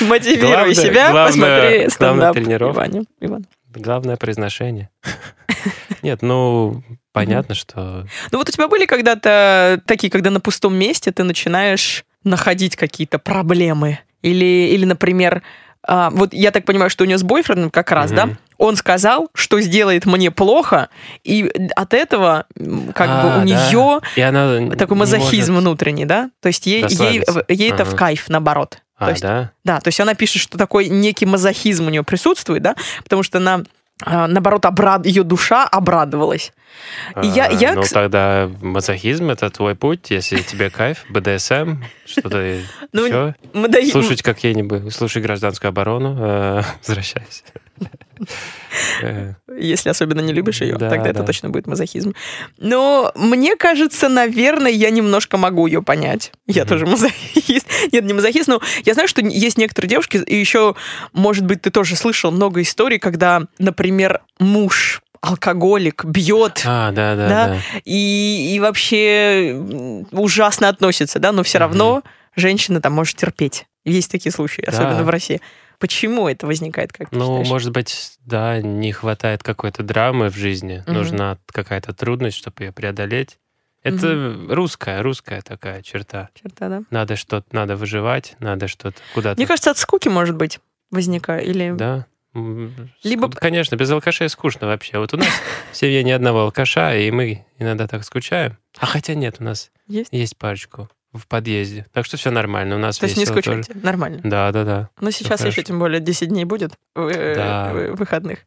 Speaker 2: Мотивируй
Speaker 3: Главное-
Speaker 2: себя,
Speaker 3: главное-
Speaker 2: посмотри
Speaker 3: главное
Speaker 2: стендап
Speaker 3: тренировка.
Speaker 2: Ивана- Ивана.
Speaker 3: Главное произношение. Нет, ну понятно, что
Speaker 2: Ну вот у тебя были когда-то э, такие, когда на пустом месте ты начинаешь находить какие-то проблемы? Или, или например, а, вот я так понимаю, что у нее с бойфрендом как раз, да?
Speaker 3: Мгм.
Speaker 2: Он сказал, что сделает мне плохо, и от этого м, как
Speaker 3: А,
Speaker 2: бы у
Speaker 3: да.
Speaker 2: нее
Speaker 3: и она
Speaker 2: такой ну,
Speaker 3: не
Speaker 2: mazochism
Speaker 3: может-
Speaker 2: внутренний, да? То есть ей, ей,
Speaker 3: Расслабиться.
Speaker 2: ей это в
Speaker 3: Ага.
Speaker 2: кайф, наоборот.
Speaker 3: А,
Speaker 2: то есть-
Speaker 3: да.
Speaker 2: Да, то есть она пишет, что такой некий мазохизм у нее присутствует, да, потому что она а, наоборот, обрад... ее душа обрадовалась. И я-
Speaker 3: А,
Speaker 2: я,
Speaker 3: ну
Speaker 2: кс-
Speaker 3: тогда мазохизм это твой путь, если тебе кайф, БДСМ, что-то
Speaker 2: Ну,
Speaker 3: еще.
Speaker 2: Мадо-
Speaker 3: Слушать какие-нибудь, слушай гражданскую оборону, э, возвращайся. Э,
Speaker 2: Если особенно не любишь ее,
Speaker 3: Да,
Speaker 2: тогда это
Speaker 3: да.
Speaker 2: точно будет мазохизм. Но мне кажется, наверное, я немножко могу ее понять. Я
Speaker 3: Мгм.
Speaker 2: тоже мазохист. Нет, не мазохист, но я знаю, что есть некоторые девушки, и еще, может быть, ты тоже слышал много историй, когда, например, муж алкоголик бьет
Speaker 3: А, да, да,
Speaker 2: Да.
Speaker 3: да.
Speaker 2: и, и вообще м, ужасно относится, да, но все
Speaker 3: Мгм.
Speaker 2: равно женщина там может терпеть. Есть такие случаи,
Speaker 3: Да.
Speaker 2: особенно в России. Почему это возникает, как ты
Speaker 3: Ну,
Speaker 2: считаешь?
Speaker 3: может быть, да, не хватает какой-то драмы в жизни.
Speaker 2: Мгм.
Speaker 3: Нужна какая-то трудность, чтобы ее преодолеть. Это русская, русская такая черта.
Speaker 2: Черта, да?
Speaker 3: Надо что-то, надо выживать, надо что-то куда-то.
Speaker 2: Мне кажется, от скуки, может быть, возникает. Или...
Speaker 3: Да. М,
Speaker 2: Либо-
Speaker 3: ску- Конечно, без алкашей скучно вообще. Вот у нас в семье ни одного алкаша, и мы иногда так скучаем. А хотя нет, у нас
Speaker 2: Есть?
Speaker 3: есть парочку в подъезде. Так что все нормально, у нас
Speaker 2: То есть не
Speaker 3: весело тоже.
Speaker 2: скучайте, нормально.
Speaker 3: Да, да, да.
Speaker 2: Но сейчас еще,
Speaker 3: хорошо.
Speaker 2: тем более, 10 дней будет э,
Speaker 3: Да.
Speaker 2: э, выходных.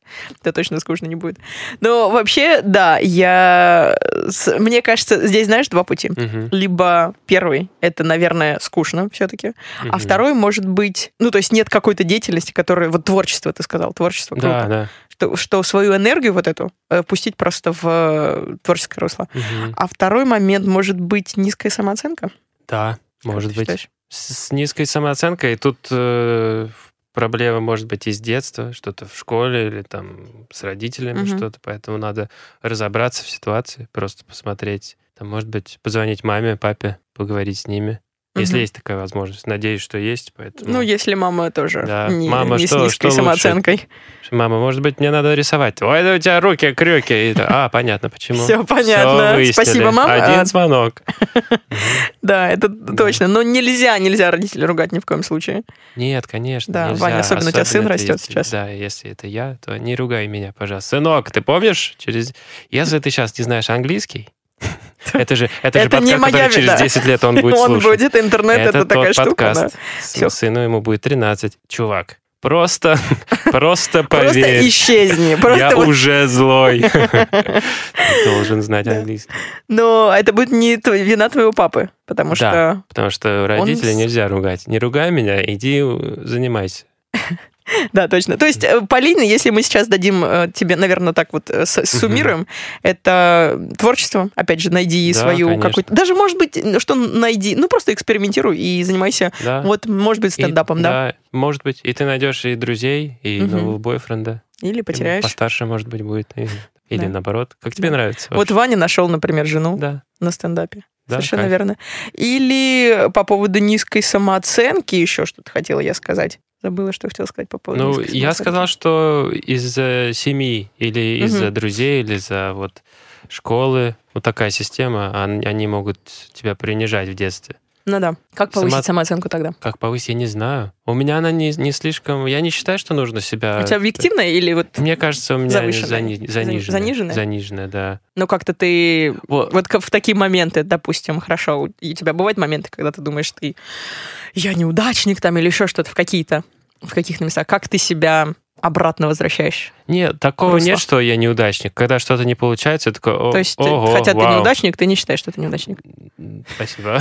Speaker 2: Да точно скучно не будет. Но вообще, да, я... с- Мне кажется, здесь, знаешь, два пути.
Speaker 3: Мгм,
Speaker 2: Либо первый, это, наверное, скучно все-таки. А
Speaker 3: мгм.
Speaker 2: второй может быть, ну, то есть нет какой-то деятельности, которая, вот творчество, ты сказал, творчество,
Speaker 3: Да,
Speaker 2: круто.
Speaker 3: да.
Speaker 2: Что, что свою энергию вот эту э, пустить просто в э, творческое русло.
Speaker 3: Мгм.
Speaker 2: А второй момент может быть низкая самооценка. как
Speaker 3: Да, может
Speaker 2: ты
Speaker 3: быть.
Speaker 2: считаешь?
Speaker 3: С с низкой самооценкой тут э, проблема может быть из детства, что-то в школе или там с родителями
Speaker 2: Мгм.
Speaker 3: что-то, поэтому надо разобраться в ситуации, просто посмотреть. Там, может быть, позвонить маме, папе, поговорить с ними, если
Speaker 2: Мгм.
Speaker 3: есть такая возможность. Надеюсь, что есть, поэтому...
Speaker 2: Ну, если мама тоже
Speaker 3: Да.
Speaker 2: не,
Speaker 3: Мама,
Speaker 2: не с
Speaker 3: что-
Speaker 2: низкой
Speaker 3: что лучше?
Speaker 2: самооценкой.
Speaker 3: Мама, может быть, мне надо рисовать. Ой, да у тебя руки крюки. И- А, понятно, почему.
Speaker 2: Все понятно.
Speaker 3: выяснили.
Speaker 2: Спасибо, мама. А,
Speaker 3: Один звонок.
Speaker 2: да, это точно. Но нельзя, нельзя родителей ругать ни в коем случае.
Speaker 3: Нет, конечно.
Speaker 2: Да, Ваня,
Speaker 3: нельзя.
Speaker 2: особенно у тебя сын
Speaker 3: это
Speaker 2: растет
Speaker 3: если-
Speaker 2: сейчас.
Speaker 3: Да, если это я, то не ругай меня, пожалуйста. Сынок, ты помнишь? Через... Если ты сейчас не знаешь английский, это же, это же
Speaker 2: Это не
Speaker 3: подкаст,
Speaker 2: моя
Speaker 3: который через
Speaker 2: вина.
Speaker 3: 10 лет он будет
Speaker 2: Он
Speaker 3: слушать.
Speaker 2: будет, интернет, это,
Speaker 3: Это
Speaker 2: такая
Speaker 3: тот
Speaker 2: штука. да.
Speaker 3: подкаст.
Speaker 2: Всё.
Speaker 3: С- Сыну ему будет 13. Чувак, просто,
Speaker 2: Просто
Speaker 3: просто поверь.
Speaker 2: исчезни. Просто
Speaker 3: Я
Speaker 2: вот
Speaker 3: уже злой. Ты должен знать
Speaker 2: Да.
Speaker 3: английский.
Speaker 2: Но это будет не тво- вина твоего папы, потому
Speaker 3: Да.
Speaker 2: что
Speaker 3: Потому что родителей
Speaker 2: с-
Speaker 3: нельзя ругать. Не ругай меня, иди э, занимайся.
Speaker 2: да, точно. То есть, э, Полине, если мы сейчас дадим э, тебе, наверное, так вот э, с- суммируем, это творчество, опять же, найди
Speaker 3: Да,
Speaker 2: свою
Speaker 3: конечно.
Speaker 2: какую-то... Даже, может быть, э, что найди, ну, просто экспериментируй и занимайся,
Speaker 3: Да.
Speaker 2: вот, может быть,
Speaker 3: И-
Speaker 2: стендапом, да?
Speaker 3: Может быть. И ты найдешь и друзей, и
Speaker 2: Мгм.
Speaker 3: нового бойфренда.
Speaker 2: Или
Speaker 3: И
Speaker 2: потеряешь.
Speaker 3: Постарше, может быть, будет. и- Или
Speaker 2: Да.
Speaker 3: наоборот. Как тебе
Speaker 2: Да.
Speaker 3: нравится?
Speaker 2: Вот Ваня нашел, например, жену
Speaker 3: вообще? Да.
Speaker 2: на стендапе.
Speaker 3: да,
Speaker 2: Совершенно
Speaker 3: кайф.
Speaker 2: верно. Или по поводу низкой самооценки еще что-то хотела я сказать. Забыла, что хотела сказать по поводу
Speaker 3: Ну,
Speaker 2: низкой
Speaker 3: я
Speaker 2: самооценки.
Speaker 3: сказал, что из-за семьи или из-за друзей, или из-за вот школы, вот такая система, он- они могут тебя принижать в детстве.
Speaker 2: Ну да. Как
Speaker 3: Само-
Speaker 2: повысить самооценку тогда?
Speaker 3: Как повысить, я не знаю. У меня она не, не слишком... Я не считаю, что нужно себя...
Speaker 2: У тебя объективная или вот,
Speaker 3: Мне кажется, у меня
Speaker 2: Завышенная.
Speaker 3: зани-
Speaker 2: Зани-
Speaker 3: заниженная.
Speaker 2: заниженная?
Speaker 3: Заниженная, да.
Speaker 2: ну как-то ты
Speaker 3: Во-
Speaker 2: вот как в такие моменты, допустим, хорошо, у у тебя бывают моменты, когда ты думаешь, ты я неудачник там или еще что-то в какие-то в каких-то местах, как ты себя обратно возвращаешь?
Speaker 3: Нет, такого
Speaker 2: Русло.
Speaker 3: нет, что я неудачник. Когда что-то не получается, я такой, «О,
Speaker 2: То есть, ты-
Speaker 3: ого,
Speaker 2: хотя ты
Speaker 3: вау».
Speaker 2: неудачник, ты не считаешь, что ты неудачник?
Speaker 3: Спасибо.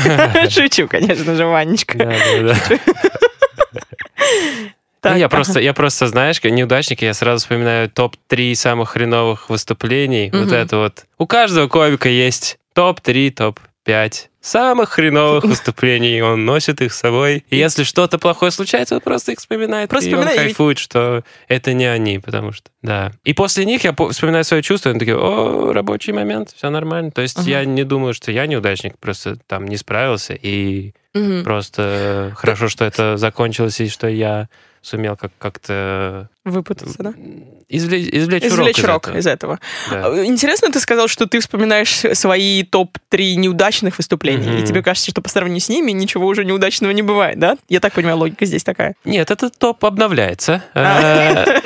Speaker 2: Шучу, конечно же, Ванечка.
Speaker 3: Да, да, да. Ну,
Speaker 2: Так,
Speaker 3: я
Speaker 2: ага.
Speaker 3: просто, я просто, знаешь, как неудачники, я сразу вспоминаю топ-3 самых хреновых выступлений. Вот
Speaker 2: Мгм.
Speaker 3: это вот. У каждого комика есть топ-3, топ-5 самых хреновых выступлений. и Он носит их с собой. И если что-то плохое случается, он просто их вспоминает.
Speaker 2: Просто
Speaker 3: и он
Speaker 2: вспоминает, и-
Speaker 3: кайфует, что это не они, потому что, да. И после них я по- вспоминаю свое чувство, и он такие, о, рабочий момент, все нормально. То есть
Speaker 2: Ага.
Speaker 3: я не думаю, что я неудачник, просто там не справился, и
Speaker 2: Мгм.
Speaker 3: Просто э, хорошо, что это закончилось, и что я сумел как- как-то
Speaker 2: Выпутаться, да?
Speaker 3: извлечь, извлечь,
Speaker 2: Извлечь урок
Speaker 3: урок из
Speaker 2: из э, а, этого.
Speaker 3: этого. Да.
Speaker 2: Интересно, ты сказал, что ты вспоминаешь свои топ-3 неудачных выступлений, и
Speaker 3: Мгм.
Speaker 2: тебе кажется, что по сравнению с ними ничего уже неудачного не бывает, да? Я так понимаю, логика здесь такая.
Speaker 3: Нет, этот топ обновляется. Э,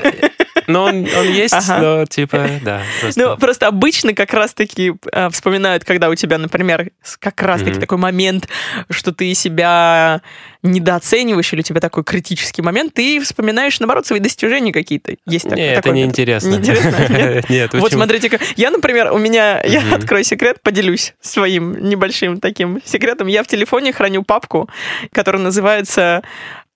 Speaker 3: Но он, он есть,
Speaker 2: А. Ага.
Speaker 3: но типа, да. просто-
Speaker 2: Ну, просто обычно как раз-таки э, вспоминают, когда у тебя, например, с- как раз-таки
Speaker 3: Мгм.
Speaker 2: такой момент, что ты себя недооцениваешь, или у тебя такой критический момент, ты вспоминаешь, наоборот, свои достижения какие-то. Есть так-
Speaker 3: Нет, это
Speaker 2: такой метод.
Speaker 3: неинтересно.
Speaker 2: Неинтересно, нет?
Speaker 3: Нет,
Speaker 2: Вот
Speaker 3: почему?
Speaker 2: смотрите, я, например, у меня, я
Speaker 3: Мгм.
Speaker 2: открою секрет, поделюсь своим небольшим таким секретом. Я в телефоне храню папку, которая называется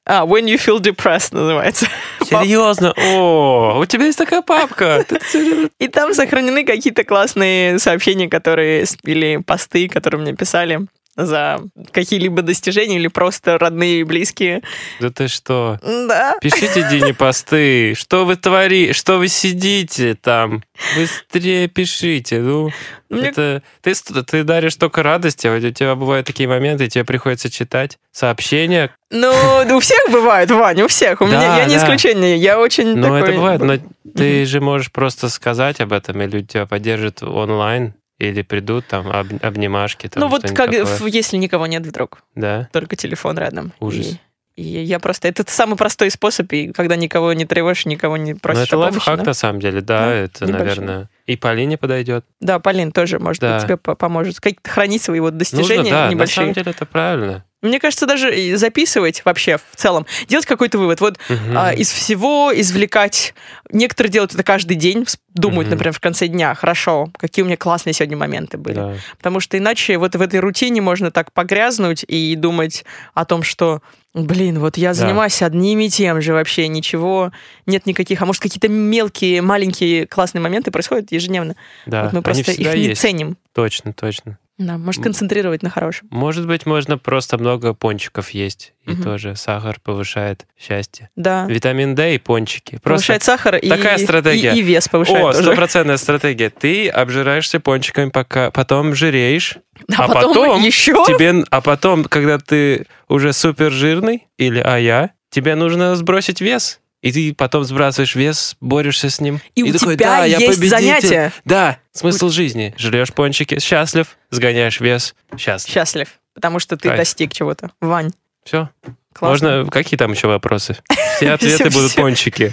Speaker 2: а, When You Feel Depressed называется.
Speaker 3: Серьезно? О, у тебя есть такая папка. Ты всё время-
Speaker 2: И там сохранены какие-то классные сообщения, которые с- или посты, которые мне писали за какие-либо достижения или просто родные и близкие.
Speaker 3: Да ты что?
Speaker 2: Да.
Speaker 3: Пишите Дине посты. Что вы твори, что вы сидите там? Быстрее пишите. Ну,
Speaker 2: Мне-
Speaker 3: это ты, ст- ты даришь только радости. а У тебя бывают такие моменты, и тебе приходится читать сообщения.
Speaker 2: Ну, да у всех бывает, Ваня, у всех. У
Speaker 3: Да,
Speaker 2: меня я не
Speaker 3: да.
Speaker 2: исключение. Я очень
Speaker 3: Ну,
Speaker 2: такой-
Speaker 3: это бывает, но ты же можешь просто сказать об этом, или тебя поддержат онлайн, или придут там об- обнимашки. Там,
Speaker 2: Ну, вот
Speaker 3: что-нибудь
Speaker 2: как
Speaker 3: такое.
Speaker 2: в- если никого нет вдруг.
Speaker 3: Да. Ну,
Speaker 2: только телефон рядом.
Speaker 3: Ужас.
Speaker 2: И, и я просто... Это самый простой способ, и когда никого не тревожишь, никого не
Speaker 3: Но
Speaker 2: просишь
Speaker 3: Ну, это
Speaker 2: о помощи,
Speaker 3: лайфхак,
Speaker 2: да?
Speaker 3: на самом деле, да,
Speaker 2: Да,
Speaker 3: это,
Speaker 2: небольшой.
Speaker 3: наверное, и Полине подойдет.
Speaker 2: Да, Полин тоже, может
Speaker 3: Да.
Speaker 2: быть, тебе по- поможет. Как хранить свои вот достижения
Speaker 3: Нужно, да, на
Speaker 2: небольшие.
Speaker 3: самом деле это правильно.
Speaker 2: Мне кажется, даже и записывать вообще в целом, делать какой-то вывод. Вот
Speaker 3: Мгм.
Speaker 2: а, из всего извлекать... Некоторые делают это каждый день, вс- думают,
Speaker 3: Мгм.
Speaker 2: например, в конце дня, хорошо, какие у меня классные сегодня моменты были.
Speaker 3: Да.
Speaker 2: Потому что иначе вот в этой рутине можно так погрязнуть и думать о том, что, блин, вот я
Speaker 3: Да.
Speaker 2: занимаюсь одним и тем же вообще, ничего, нет никаких, а может какие-то мелкие, маленькие классные моменты происходят ежедневно.
Speaker 3: Да,
Speaker 2: вот мы
Speaker 3: они
Speaker 2: просто их
Speaker 3: всегда
Speaker 2: не
Speaker 3: есть.
Speaker 2: ценим.
Speaker 3: Точно, точно.
Speaker 2: Да, может
Speaker 3: М.
Speaker 2: концентрировать на хорошем.
Speaker 3: Может быть, можно просто много пончиков есть. И
Speaker 2: Мгм.
Speaker 3: тоже сахар повышает счастье.
Speaker 2: Да.
Speaker 3: Витамин D и пончики. Просто...
Speaker 2: Повышает сахар и,
Speaker 3: такая
Speaker 2: и-
Speaker 3: стратегия.
Speaker 2: И, вес повышает
Speaker 3: О,
Speaker 2: тоже.
Speaker 3: стопроцентная стратегия. Ты обжираешься пончиками, пока потом жиреешь.
Speaker 2: А
Speaker 3: а
Speaker 2: потом,
Speaker 3: потом
Speaker 2: еще
Speaker 3: Тебе, а потом, когда ты уже супер жирный, или а я, тебе нужно сбросить вес. И ты потом сбрасываешь вес, борешься с ним.
Speaker 2: и, у
Speaker 3: такой,
Speaker 2: тебя
Speaker 3: «Да, я
Speaker 2: есть
Speaker 3: победитель».
Speaker 2: занятие.
Speaker 3: Да, смысл жизни. Жрешь пончики, счастлив, сгоняешь вес, счастлив.
Speaker 2: Счастлив, потому что ты
Speaker 3: Кайф.
Speaker 2: достиг чего-то. Вань,
Speaker 3: Все.
Speaker 2: классно.
Speaker 3: Можно, какие там еще вопросы? Все
Speaker 2: Всё,
Speaker 3: ответы будут
Speaker 2: всё.
Speaker 3: пончики.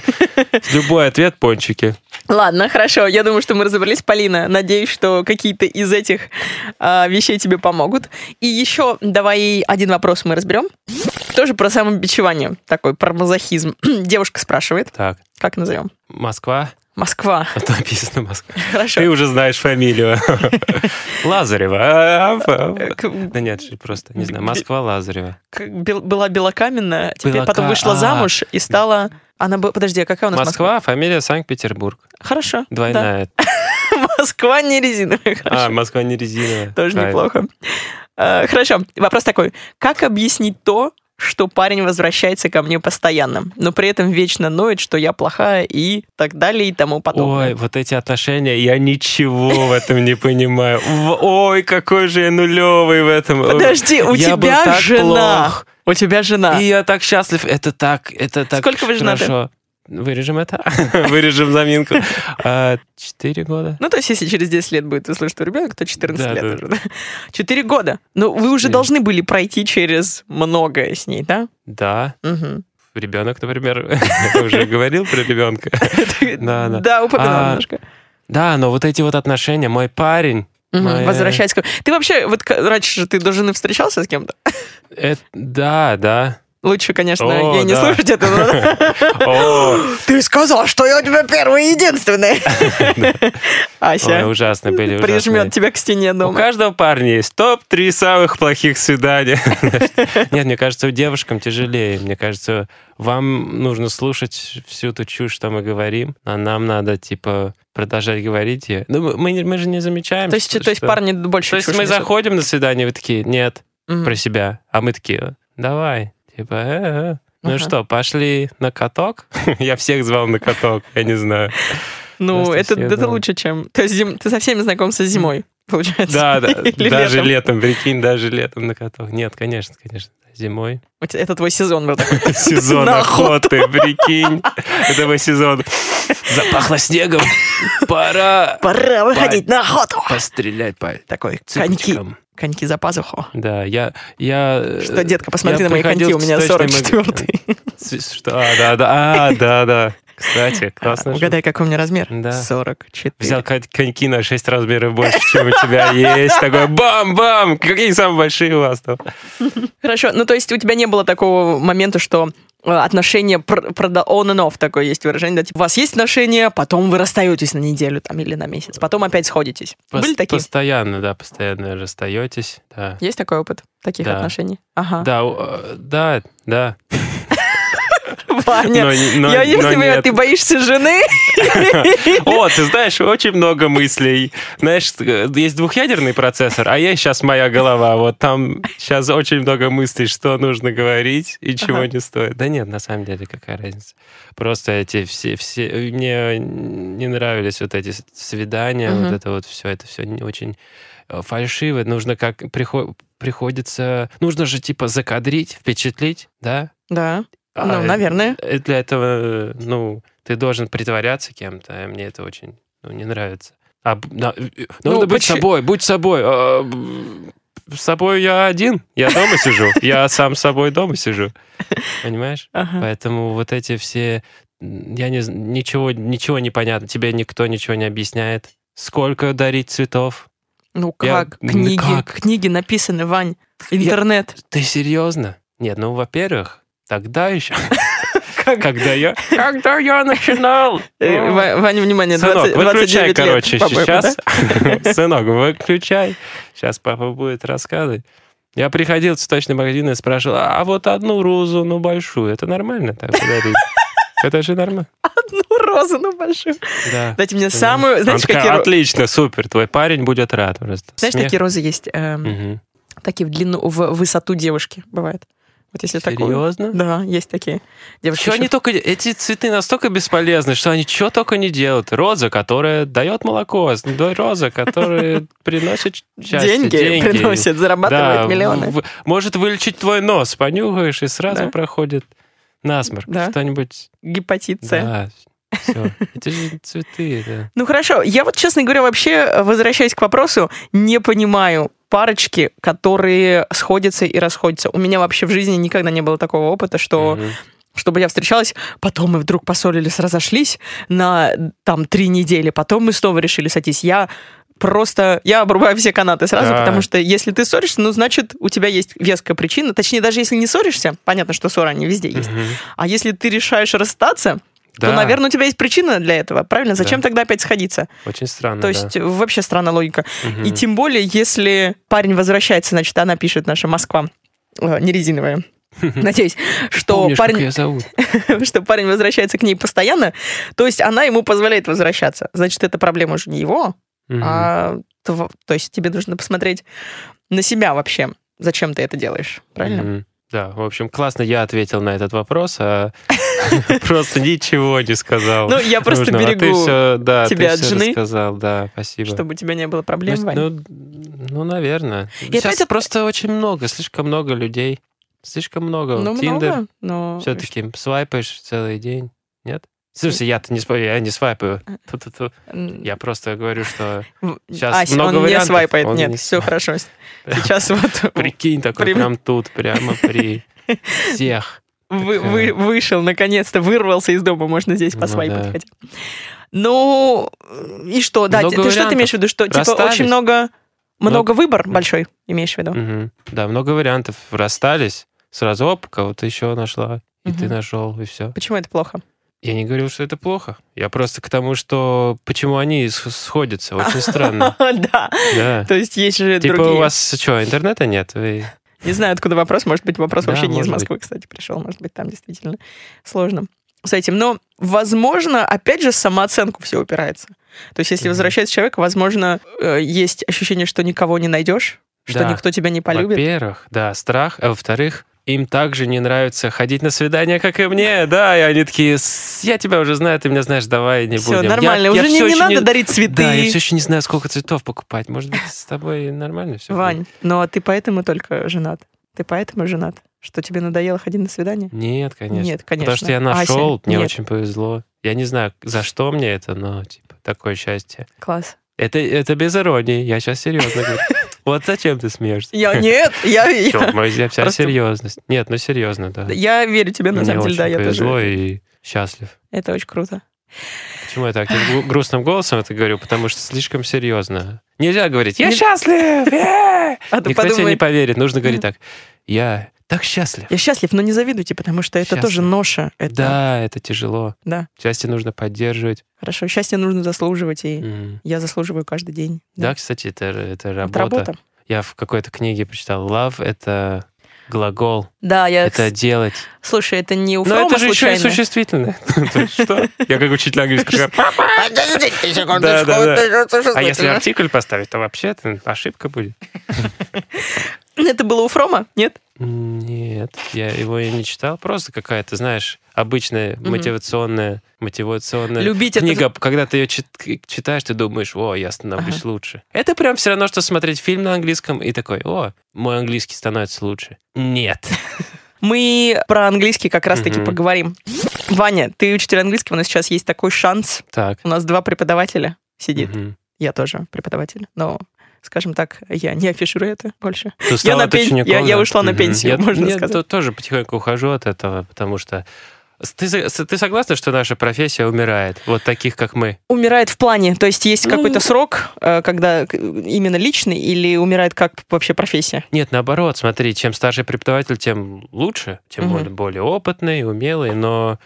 Speaker 3: Любой ответ пончики.
Speaker 2: Ладно, хорошо. Я думаю, что мы разобрались. Полина, надеюсь, что какие-то из этих а, вещей тебе помогут. И еще давай один вопрос мы разберем. Тоже про самобичевание. Такой, про мазохизм. Девушка спрашивает,
Speaker 3: Так,
Speaker 2: как назовем?
Speaker 3: Москва.
Speaker 2: Москва.
Speaker 3: Вот написано Москва. Ты
Speaker 2: Хорошо.
Speaker 3: уже знаешь фамилию. Лазарева. А, а, а.
Speaker 2: Э, К-
Speaker 3: Да нет, просто, не знаю. Москва Лазарева.
Speaker 2: к- бел- была белокаменная, теперь
Speaker 3: Белока-
Speaker 2: потом вышла
Speaker 3: а.
Speaker 2: зам замуж и стала... Она была... Подожди, а какая у нас Москва?
Speaker 3: Москва, фамилия Санкт-Петербург.
Speaker 2: Хорошо. да.
Speaker 3: Двойная.
Speaker 2: Москва не резиновая. Хорошо.
Speaker 3: А, Москва не резиновая.
Speaker 2: Тоже
Speaker 3: Правильно.
Speaker 2: неплохо. Э, Хорошо, вопрос такой. Как объяснить то, что парень возвращается ко мне постоянно, но при этом вечно ноет, что я плохая и так далее и тому
Speaker 3: Ой,
Speaker 2: подобное?
Speaker 3: вот эти отношения, я ничего в этом не понимаю. В- Ой, какой же я нулевый в этом.
Speaker 2: Подожди, у
Speaker 3: Я был
Speaker 2: тебя
Speaker 3: так
Speaker 2: жена.
Speaker 3: плох.
Speaker 2: У тебя жена.
Speaker 3: И я так счастлив. Это так, это так
Speaker 2: Сколько вы женаты?
Speaker 3: хорошо. Вырежем это. Вырежем заминку. А, Четыре года.
Speaker 2: Ну, то есть, если через 10 лет будет услышать ребенок, то 14
Speaker 3: Да,
Speaker 2: лет
Speaker 3: да.
Speaker 2: уже. да? Четыре года. Ну, вы уже
Speaker 3: Четыре.
Speaker 2: должны были пройти через многое с ней, да?
Speaker 3: Да.
Speaker 2: Мгм.
Speaker 3: Ребенок, например. Я уже говорил про ребенка. Да, да.
Speaker 2: Да, упоминал
Speaker 3: А,
Speaker 2: немножко.
Speaker 3: Да, но вот эти вот отношения. Мой парень.
Speaker 2: Мгм,
Speaker 3: моя-
Speaker 2: Возвращаясь к... Ты вообще, вот к- раньше же ты до жены встречался с кем-то?
Speaker 3: это- Э, Да, да.
Speaker 2: Лучше, конечно,
Speaker 3: О,
Speaker 2: ей не
Speaker 3: да.
Speaker 2: слушать это. но-
Speaker 3: О,
Speaker 2: Ты сказал, что я у тебя первый и единственный.
Speaker 3: ой,
Speaker 2: Ася
Speaker 3: ужасно были. ужасные.
Speaker 2: прижмет тебя к стене
Speaker 3: У
Speaker 2: дома.
Speaker 3: каждого парня есть топ-3 самых плохих свиданий. Нет, мне кажется, у девушкам тяжелее. Мне кажется, вам нужно слушать всю ту чушь, что мы говорим, а нам надо, типа, продолжать говорить. её. Ну, мы, не- мы же не замечаем.
Speaker 2: То есть,
Speaker 3: что-
Speaker 2: то есть
Speaker 3: что-
Speaker 2: парни
Speaker 3: То
Speaker 2: больше
Speaker 3: есть
Speaker 2: чушь
Speaker 3: мы
Speaker 2: несут.
Speaker 3: заходим на свидание, вы такие, нет,
Speaker 2: Мгм.
Speaker 3: про себя. А мы такие, давай, типа, «Э, э». ну
Speaker 2: Ага.
Speaker 3: что, пошли на каток? Я всех звал на каток, я не знаю.
Speaker 2: Ну,
Speaker 3: Просто
Speaker 2: это,
Speaker 3: все,
Speaker 2: это
Speaker 3: да.
Speaker 2: лучше, чем... То есть зим- ты со всеми знакомься зимой, получается?
Speaker 3: Да, да,
Speaker 2: Или
Speaker 3: даже
Speaker 2: летом?
Speaker 3: летом, прикинь, даже летом на каток. Нет, конечно, конечно, зимой.
Speaker 2: У тебя- Это твой сезон был такой.
Speaker 3: Сезон
Speaker 2: На
Speaker 3: охоты, прикинь. Это мой сезон. Запахло снегом. Пора
Speaker 2: Пора выходить на охоту!
Speaker 3: пострелять по
Speaker 2: Такой, коньки,
Speaker 3: цыпочкам.
Speaker 2: коньки за пазуху.
Speaker 3: Да, я... я э,
Speaker 2: Что, детка, посмотри на
Speaker 3: я
Speaker 2: мои коньки,
Speaker 3: приходил
Speaker 2: у меня
Speaker 3: в цветочный маг-
Speaker 2: 44-й.
Speaker 3: С- Что? А, да, да, а, да, да. Кстати, классно.
Speaker 2: Угадай, какой у меня размер?
Speaker 3: Да.
Speaker 2: 44.
Speaker 3: Взял кон- коньки на 6 размеров больше, чем у тебя есть. Такой бам-бам! Какие самые большие у вас там?
Speaker 2: Хорошо, ну то есть у тебя не было такого момента, что э, отношения пр- прода- on and off такое есть выражение, да, типа у вас есть отношения, потом вы расстаетесь на неделю там или на месяц, потом опять сходитесь. Были
Speaker 3: Пос-
Speaker 2: такие?
Speaker 3: Постоянно, да, постоянно расстаетесь. Да,
Speaker 2: Есть такой опыт таких
Speaker 3: Да.
Speaker 2: отношений? Ага.
Speaker 3: да, у- э, да, да.
Speaker 2: Ваня,
Speaker 3: Но не- но-
Speaker 2: я вижу
Speaker 3: но
Speaker 2: тебя,
Speaker 3: нет.
Speaker 2: ты боишься жены?
Speaker 3: О, ты знаешь, очень много мыслей. Знаешь, э, есть двухъядерный процессор, а я сейчас моя голова. Вот там сейчас очень много мыслей, что нужно говорить и чего
Speaker 2: Ага.
Speaker 3: не стоит. Да нет, на самом деле, какая разница. Просто эти все, все... Мне не нравились вот эти свидания,
Speaker 2: Мгм.
Speaker 3: вот это вот все. Это все очень э, фальшиво. Нужно как... прихо- Приходится... Нужно же, типа, закадрить, впечатлить, да?
Speaker 2: Да.
Speaker 3: А,
Speaker 2: Ну, наверное.
Speaker 3: э, Для этого, э, ну, ты должен притворяться кем-то, а мне это очень ну, не нравится. А, б- на- э, э,
Speaker 2: Ну,
Speaker 3: нужно быть
Speaker 2: почти-
Speaker 3: собой, будь собой. А, б- С собой я один, я дома сижу, я сам с собой дома сижу. Понимаешь?
Speaker 2: Ага.
Speaker 3: Поэтому вот эти все, м, я не з- ничего, ничего не понятно, тебе никто ничего не объясняет. Сколько дарить цветов?
Speaker 2: Ну
Speaker 3: Я-
Speaker 2: как?
Speaker 3: ну,
Speaker 2: Книги.
Speaker 3: как?
Speaker 2: Книги написаны, Вань. Интернет.
Speaker 3: Ты серьезно? Нет, ну, во-первых, тогда еще,
Speaker 2: Как?
Speaker 3: когда я, когда я начинал.
Speaker 2: Э, Ва- Ваня, внимание,
Speaker 3: Сынок,
Speaker 2: 20,
Speaker 3: выключай,
Speaker 2: 29 лет,
Speaker 3: короче,
Speaker 2: по-моему,
Speaker 3: сейчас.
Speaker 2: да?
Speaker 3: Сынок, выключай. Сейчас папа будет рассказывать. Я приходил в цветочный магазин и спрашивал, а вот одну розу, ну большую, это нормально так подарить? Это же нормально.
Speaker 2: Ну, розу, ну, большую.
Speaker 3: Да.
Speaker 2: Дайте мне
Speaker 3: Да.
Speaker 2: самую...
Speaker 3: Она
Speaker 2: Знаете,
Speaker 3: такая,
Speaker 2: какие, ро-
Speaker 3: Отлично, супер, твой парень будет рад. Просто
Speaker 2: знаешь,
Speaker 3: смех.
Speaker 2: какие розы есть? Эм,
Speaker 3: Мгм.
Speaker 2: Такие в длину, в высоту девушки бывает. Вот если такую.
Speaker 3: Серьезно?
Speaker 2: Да, есть такие. Девушки
Speaker 3: Чё
Speaker 2: ещё-
Speaker 3: они только... Эти цветы настолько бесполезны, что они что только не делают. Роза, которая дает молоко, а роза, которая приносит счастье,
Speaker 2: деньги, приносят, зарабатывают
Speaker 3: Да,
Speaker 2: миллионы.
Speaker 3: в- может вылечить твой нос, понюхаешь, и сразу
Speaker 2: Да.
Speaker 3: проходит насморк.
Speaker 2: Да.
Speaker 3: Что-нибудь...
Speaker 2: Гепатит С.
Speaker 3: Да, все. Это же цветы, да.
Speaker 2: Ну хорошо, я вот, честно говоря, вообще, э, возвращаясь к вопросу, не понимаю парочки, которые сходятся и расходятся. У меня вообще в жизни никогда не было такого опыта, что
Speaker 3: Мгм.
Speaker 2: чтобы я встречалась, потом мы вдруг поссорились, разошлись на там три недели, потом мы снова решили сойтись. Я просто, я обрубаю все канаты сразу,
Speaker 3: Да.
Speaker 2: потому что если ты ссоришься, ну, значит, у тебя есть веская причина. Точнее, даже если не ссоришься, понятно, что ссоры, они везде есть.
Speaker 3: Мгм.
Speaker 2: А если ты решаешь расстаться,
Speaker 3: Да,
Speaker 2: то, наверное, у тебя есть причина для этого, правильно? Зачем тогда опять сходиться?
Speaker 3: Очень странно,
Speaker 2: то
Speaker 3: Ну да.
Speaker 2: есть э, вообще странная логика.
Speaker 3: Мгм.
Speaker 2: И типа тем более, если парень возвращается, значит, она пишет наша Москва, э, не резиновая. Надеюсь, что
Speaker 3: Помнишь,
Speaker 2: парень
Speaker 3: как ее зовут?
Speaker 2: что парень возвращается к ней постоянно, то есть она ему позволяет возвращаться. Значит, это проблема уже не его,
Speaker 3: Мгм.
Speaker 2: а тво- то есть тебе нужно посмотреть на себя вообще, зачем ты это делаешь, правильно?
Speaker 3: Мгм. Да, в общем, классно я ответил на этот вопрос, а просто ничего не сказал.
Speaker 2: Ну, я просто
Speaker 3: нужного. А ты
Speaker 2: берегу,
Speaker 3: всё- да,
Speaker 2: тебя
Speaker 3: ты
Speaker 2: от
Speaker 3: всё
Speaker 2: жены,
Speaker 3: рассказал, да, спасибо.
Speaker 2: чтобы у тебя не было
Speaker 3: Ну,
Speaker 2: проблем,
Speaker 3: с-
Speaker 2: Вань.
Speaker 3: ну, ну, наверное.
Speaker 2: И
Speaker 3: Сейчас
Speaker 2: опять-
Speaker 3: просто очень много, слишком много людей. Слишком много.
Speaker 2: Ну,
Speaker 3: Тиндер
Speaker 2: много, но...
Speaker 3: все-таки свайпаешь целый день, нет? Слушай, я-то не, сва- я не свайпаю.
Speaker 2: А.
Speaker 3: Ту-ту-ту.
Speaker 2: М,
Speaker 3: Я просто говорю, что
Speaker 2: в-
Speaker 3: щас
Speaker 2: Ась,
Speaker 3: много
Speaker 2: он не
Speaker 3: вариантов,
Speaker 2: свайпает,
Speaker 3: он
Speaker 2: нет,
Speaker 3: не
Speaker 2: все хорошо. Сейчас вот
Speaker 3: прикинь, такой
Speaker 2: Прям-
Speaker 3: прям тут, прямо при всех.
Speaker 2: вы-
Speaker 3: Так,
Speaker 2: вы-
Speaker 3: э,
Speaker 2: вышел, наконец-то вырвался из дома, можно здесь
Speaker 3: Ну,
Speaker 2: посвайпать
Speaker 3: да.
Speaker 2: хотя бы. Ну, и что? Да,
Speaker 3: Много
Speaker 2: ты что ты
Speaker 3: вариантов.
Speaker 2: имеешь в виду? Что, типа,
Speaker 3: Расстались.
Speaker 2: очень много... Много
Speaker 3: Много.
Speaker 2: выбор
Speaker 3: Мгм.
Speaker 2: большой, имеешь в виду?
Speaker 3: Мгм. Да, много вариантов. Расстались, сразу, оп, кого-то еще нашла, и ты
Speaker 2: Мгм.
Speaker 3: нашел, и все.
Speaker 2: Почему это плохо?
Speaker 3: Я не говорил, что это плохо. Я просто к тому, что почему они с- сходятся. Очень странно.
Speaker 2: Да.
Speaker 3: Да.
Speaker 2: То есть есть же
Speaker 3: Типа
Speaker 2: другие.
Speaker 3: у вас что, интернета нет? Вы-
Speaker 2: Не знаю, откуда вопрос. Может быть, вопрос
Speaker 3: Да,
Speaker 2: вообще не из
Speaker 3: может
Speaker 2: Москвы, кстати, пришел. Может быть, там действительно сложно с этим. Но, возможно, опять же, в самооценку все упирается. То есть, если
Speaker 3: Мгм.
Speaker 2: возвращается человек, возможно, э, есть ощущение, что никого не найдешь, что
Speaker 3: Да.
Speaker 2: никто тебя не полюбит.
Speaker 3: Во-первых, да, страх. А во-вторых, им также не нравится ходить на свидания, как и мне. Да, и они такие, «С- я тебя уже знаю, ты меня знаешь, давай не
Speaker 2: Все,
Speaker 3: будем. Я-
Speaker 2: нормально.
Speaker 3: я
Speaker 2: Уже не,
Speaker 3: всё
Speaker 2: не
Speaker 3: еще
Speaker 2: надо дарить цветы.
Speaker 3: Да, я все еще не знаю, сколько цветов покупать. Может быть, с тобой нормально все
Speaker 2: Вань, ну а ты поэтому только женат. Ты поэтому женат, что тебе надоело ходить на свидание?
Speaker 3: Нет, конечно.
Speaker 2: Нет, конечно.
Speaker 3: Потому что я
Speaker 2: Ася,
Speaker 3: нашел, мне
Speaker 2: нет.
Speaker 3: очень повезло. Я не знаю, за что мне это, но типа такое счастье.
Speaker 2: Класс.
Speaker 3: Это, это без иронии, я сейчас серьезно говорю. Вот зачем ты смеешься?
Speaker 2: Я нет, я,
Speaker 3: Чёрт
Speaker 2: я,
Speaker 3: мой, я вся
Speaker 2: Просто-
Speaker 3: серьезность. Нет, ну серьезно, да.
Speaker 2: я верю тебе, на
Speaker 3: Мне
Speaker 2: самом деле,
Speaker 3: очень
Speaker 2: да, я
Speaker 3: повезло
Speaker 2: тоже.
Speaker 3: и счастлив.
Speaker 2: Это очень круто.
Speaker 3: Почему я так гру- грустным голосом это говорю? Потому что слишком серьезно. Нельзя говорить «Я
Speaker 2: Не-
Speaker 3: счастлив!» Э!
Speaker 2: А ты
Speaker 3: Никто тебе
Speaker 2: подумай,
Speaker 3: не поверит. Нужно говорить так «Я так счастлив!»
Speaker 2: я счастлив, но не завидуйте, потому что это
Speaker 3: Счастлив.
Speaker 2: тоже ноша. Это,
Speaker 3: Да, это тяжело.
Speaker 2: Да.
Speaker 3: Счастье нужно поддерживать.
Speaker 2: Хорошо, счастье нужно заслуживать, и
Speaker 3: М.
Speaker 2: я заслуживаю каждый день.
Speaker 3: Да, кстати, это, это
Speaker 2: Это
Speaker 3: работа.
Speaker 2: работа.
Speaker 3: Я в какой-то книге прочитал «Love» — это глагол,
Speaker 2: Да, я...
Speaker 3: это делать.
Speaker 2: Слушай, это не у
Speaker 3: Но
Speaker 2: Фрома
Speaker 3: это же еще и
Speaker 2: случайно.
Speaker 3: существительное. То есть Что? Я как учитель английского. говорю, Да, да, да. А если артикль поставить, то вообще это ошибка будет.
Speaker 2: Это было у Фрома? Нет?
Speaker 3: Нет, я его и не читал. Просто какая-то, знаешь, обычная мотивационная, мотивационная
Speaker 2: Любить это-
Speaker 3: книга. Когда ты ее читаешь, ты думаешь, о, я становлюсь лучше. Это прям все равно, что смотреть фильм на английском и такой, о, мой английский становится лучше. Нет.
Speaker 2: Мы про английский как раз-таки
Speaker 3: Мгм.
Speaker 2: поговорим. Ваня, ты учитель английского, но сейчас есть такой шанс.
Speaker 3: Так.
Speaker 2: У нас два преподавателя сидит.
Speaker 3: мгм.
Speaker 2: Я тоже преподаватель, но, скажем так, я не афиширую это больше.
Speaker 3: Ты устала
Speaker 2: на
Speaker 3: от
Speaker 2: пен-
Speaker 3: учеников,
Speaker 2: я- я
Speaker 3: да?
Speaker 2: ушла на
Speaker 3: Мгм.
Speaker 2: пенсию,
Speaker 3: Я-
Speaker 2: можно
Speaker 3: я
Speaker 2: сказать.
Speaker 3: то- тоже потихоньку ухожу от этого, потому что с- ты, за- с- ты согласна, что наша профессия умирает? Вот таких, как мы.
Speaker 2: Умирает в плане, то есть есть
Speaker 3: Ну-
Speaker 2: какой-то срок, э, когда к- именно личный, или умирает как вообще профессия?
Speaker 3: Нет, наоборот, смотри, чем старший преподаватель, тем лучше, тем
Speaker 2: Мгм.
Speaker 3: он более опытный, умелый, но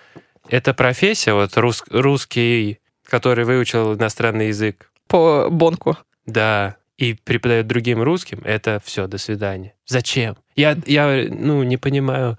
Speaker 3: эта профессия, вот рус- русский, который выучил иностранный язык,
Speaker 2: По бонку.
Speaker 3: Да, и преподает другим русским, это все, до свидания. Зачем? Я, я ну, не понимаю,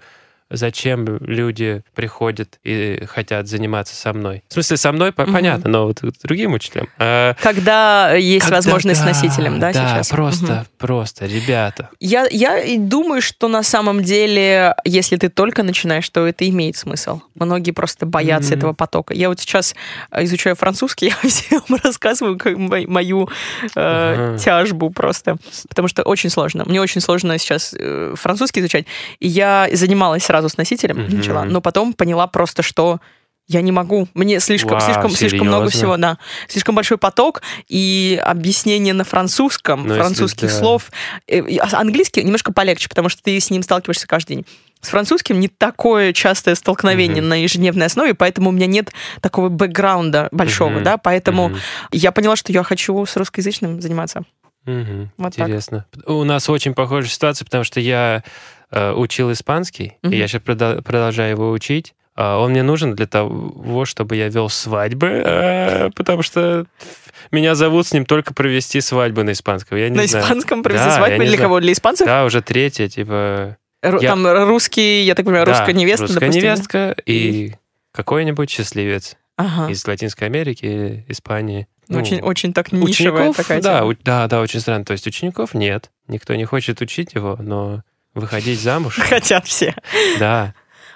Speaker 3: зачем люди приходят и хотят заниматься со мной. В смысле, со мной по-
Speaker 2: Мгм.
Speaker 3: понятно, но вот к другим учителям. А,
Speaker 2: Когда есть
Speaker 3: когда-
Speaker 2: возможность с
Speaker 3: да,
Speaker 2: носителем, да, сейчас?
Speaker 3: просто,
Speaker 2: Мгм.
Speaker 3: просто, ребята.
Speaker 2: Я, я и думаю, что на самом деле, если ты только начинаешь, то это имеет смысл. Многие просто боятся
Speaker 3: Мгм.
Speaker 2: этого потока. Я вот сейчас э, изучаю французский, я всем рассказываю как мо- мою э,
Speaker 3: Ага.
Speaker 2: тяжбу просто. Потому что очень сложно. Мне очень сложно сейчас э, французский изучать. И я занималась сразу с носителем,
Speaker 3: Мгм.
Speaker 2: начала, но потом поняла просто, что я не могу. Мне слишком,
Speaker 3: Вау,
Speaker 2: слишком, слишком много
Speaker 3: серьезно?
Speaker 2: всего, да. Слишком большой поток и объяснение на французском,
Speaker 3: Ну, если
Speaker 2: французских
Speaker 3: да.
Speaker 2: слов. Э, и- а Английский немножко полегче, потому что ты с ним сталкиваешься каждый день. С французским не такое частое столкновение
Speaker 3: Мгм.
Speaker 2: на ежедневной основе, поэтому у меня нет такого бэкграунда большого,
Speaker 3: Мгм.
Speaker 2: да, поэтому
Speaker 3: Мгм.
Speaker 2: я поняла, что я хочу с русскоязычным заниматься.
Speaker 3: Мгм.
Speaker 2: Вот так.
Speaker 3: Интересно. У нас очень похожая ситуация, потому что я э, учил испанский,
Speaker 2: Мгм.
Speaker 3: и я сейчас продолжаю его учить. А он мне нужен для того, чтобы я вел свадьбы, э, потому что меня зовут с ним только провести свадьбы на испанском. Я не
Speaker 2: на
Speaker 3: знаю.
Speaker 2: испанском провести
Speaker 3: Да,
Speaker 2: свадьбу
Speaker 3: я не
Speaker 2: для
Speaker 3: знаю.
Speaker 2: кого? Для испанцев?
Speaker 3: Да, уже третья, типа...
Speaker 2: Ру-
Speaker 3: Я-
Speaker 2: Там русский, я так понимаю,
Speaker 3: да,
Speaker 2: русская невеста,
Speaker 3: Русская
Speaker 2: допустим, да?
Speaker 3: невестка и какой-нибудь счастливец
Speaker 2: Ага.
Speaker 3: из Латинской Америки, или Испании. Ну,
Speaker 2: А. очень, очень так нишевая
Speaker 3: учеников,
Speaker 2: такая
Speaker 3: да,
Speaker 2: тема.
Speaker 3: у- да, да, очень странно. То есть учеников нет, никто не хочет учить его, но выходить замуж,
Speaker 2: Хотят все.
Speaker 3: да.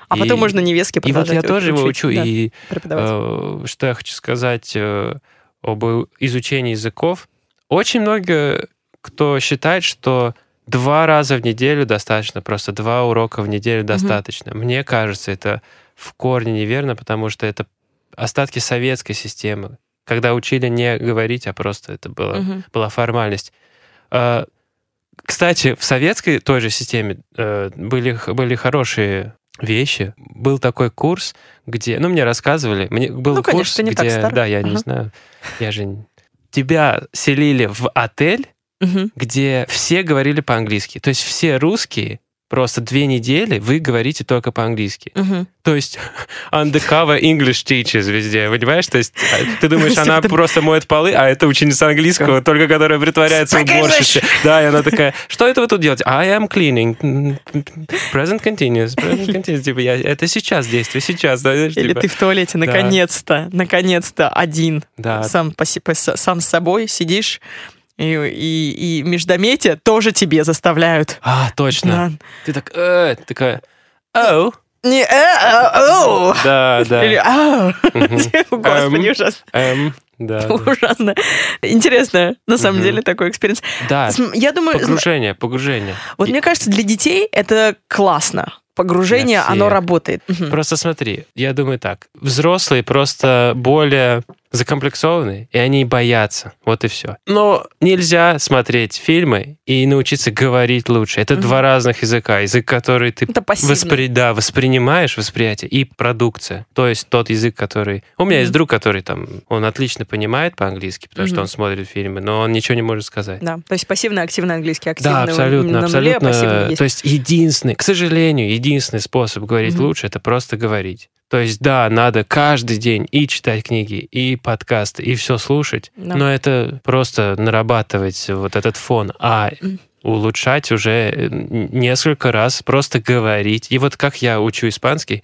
Speaker 2: А
Speaker 3: И-
Speaker 2: потом можно невестки
Speaker 3: И вот
Speaker 2: продолжать
Speaker 3: я тоже его
Speaker 2: учить,
Speaker 3: учу,
Speaker 2: да,
Speaker 3: и
Speaker 2: преподавать.
Speaker 3: э, что я хочу сказать э, об изучении языков. Очень много кто считает, что два раза в неделю достаточно, просто два урока в неделю достаточно. Мне кажется, это в корне неверно, потому что это остатки советской системы, когда учили не говорить, а просто это было
Speaker 2: Мгм.
Speaker 3: была формальность. Э, Кстати, в советской той же системе э, были, х- были хорошие вещи. Был такой курс, где... Ну, мне рассказывали. Мне был
Speaker 2: Ну, конечно,
Speaker 3: курс,
Speaker 2: ты не так
Speaker 3: где-
Speaker 2: стар.
Speaker 3: Да, я не
Speaker 2: Ага.
Speaker 3: знаю. Я же... не- Тебя селили в отель,
Speaker 2: Мгм.
Speaker 3: где все говорили по-английски. То есть все русские Просто две недели вы говорите только по-английски.
Speaker 2: Мгм.
Speaker 3: То есть undercover English teachers везде, понимаешь? То есть а, ты думаешь, она
Speaker 2: Всё, ты-
Speaker 3: просто моет полы, а это ученица английского, только которая притворяется
Speaker 2: Speak English!
Speaker 3: уборщицей. Да, и она такая, что это вы тут делаете? I am cleaning. Present continuous. Present continuous. Типа, я, это сейчас действие, сейчас. Да, знаешь,
Speaker 2: Или
Speaker 3: типа,
Speaker 2: ты в туалете,
Speaker 3: да.
Speaker 2: наконец-то, наконец-то один.
Speaker 3: да,
Speaker 2: Сам, по се- по с- сам с собой сидишь, и, и, и междометия тоже тебе заставляют.
Speaker 3: А, точно.
Speaker 2: Да.
Speaker 3: Ты так, «Э», такая, оу.
Speaker 2: Не, э, а, оу.
Speaker 3: Да,
Speaker 2: Или,
Speaker 3: да.
Speaker 2: «Ау».
Speaker 3: Мгм.
Speaker 2: Господи,
Speaker 3: Эм.
Speaker 2: ужасно.
Speaker 3: Эм, да. да.
Speaker 2: Ужасно. Интересно, на самом
Speaker 3: Мгм. А,
Speaker 2: деле, такой экспириенс.
Speaker 3: Да,
Speaker 2: См- Я думаю, зн-
Speaker 3: погружение, погружение.
Speaker 2: вот
Speaker 3: И-
Speaker 2: мне кажется, для детей это классно. Погружение,
Speaker 3: Для
Speaker 2: оно
Speaker 3: всех.
Speaker 2: работает. Мгм.
Speaker 3: Просто смотри, я думаю так. Взрослые просто более закомплексованы, и они боятся. Вот и все. Но нельзя смотреть фильмы и научиться говорить лучше. Это
Speaker 2: Мгм.
Speaker 3: два разных языка. Язык, который ты
Speaker 2: Это пассивно.
Speaker 3: воспри- да, воспринимаешь восприятие и продукция. То есть тот язык, который... У меня есть
Speaker 2: Мгм.
Speaker 3: друг, который там... Он отлично понимает по-английски, потому что
Speaker 2: Мгм.
Speaker 3: он смотрит фильмы, но он ничего не может сказать.
Speaker 2: Да, то есть пассивно-активный английский, активный
Speaker 3: Да, абсолютно,
Speaker 2: на нуле, а
Speaker 3: абсолютно.
Speaker 2: пассивный есть.
Speaker 3: То есть единственный, к сожалению, единственный способ говорить
Speaker 2: Мгм.
Speaker 3: лучше это просто говорить. То есть, да, надо каждый день и читать книги, и подкасты, и все слушать,
Speaker 2: Да.
Speaker 3: но это просто нарабатывать вот этот фон, а
Speaker 2: Мгм.
Speaker 3: улучшать уже э, н- несколько раз, просто говорить. И вот как я учу испанский,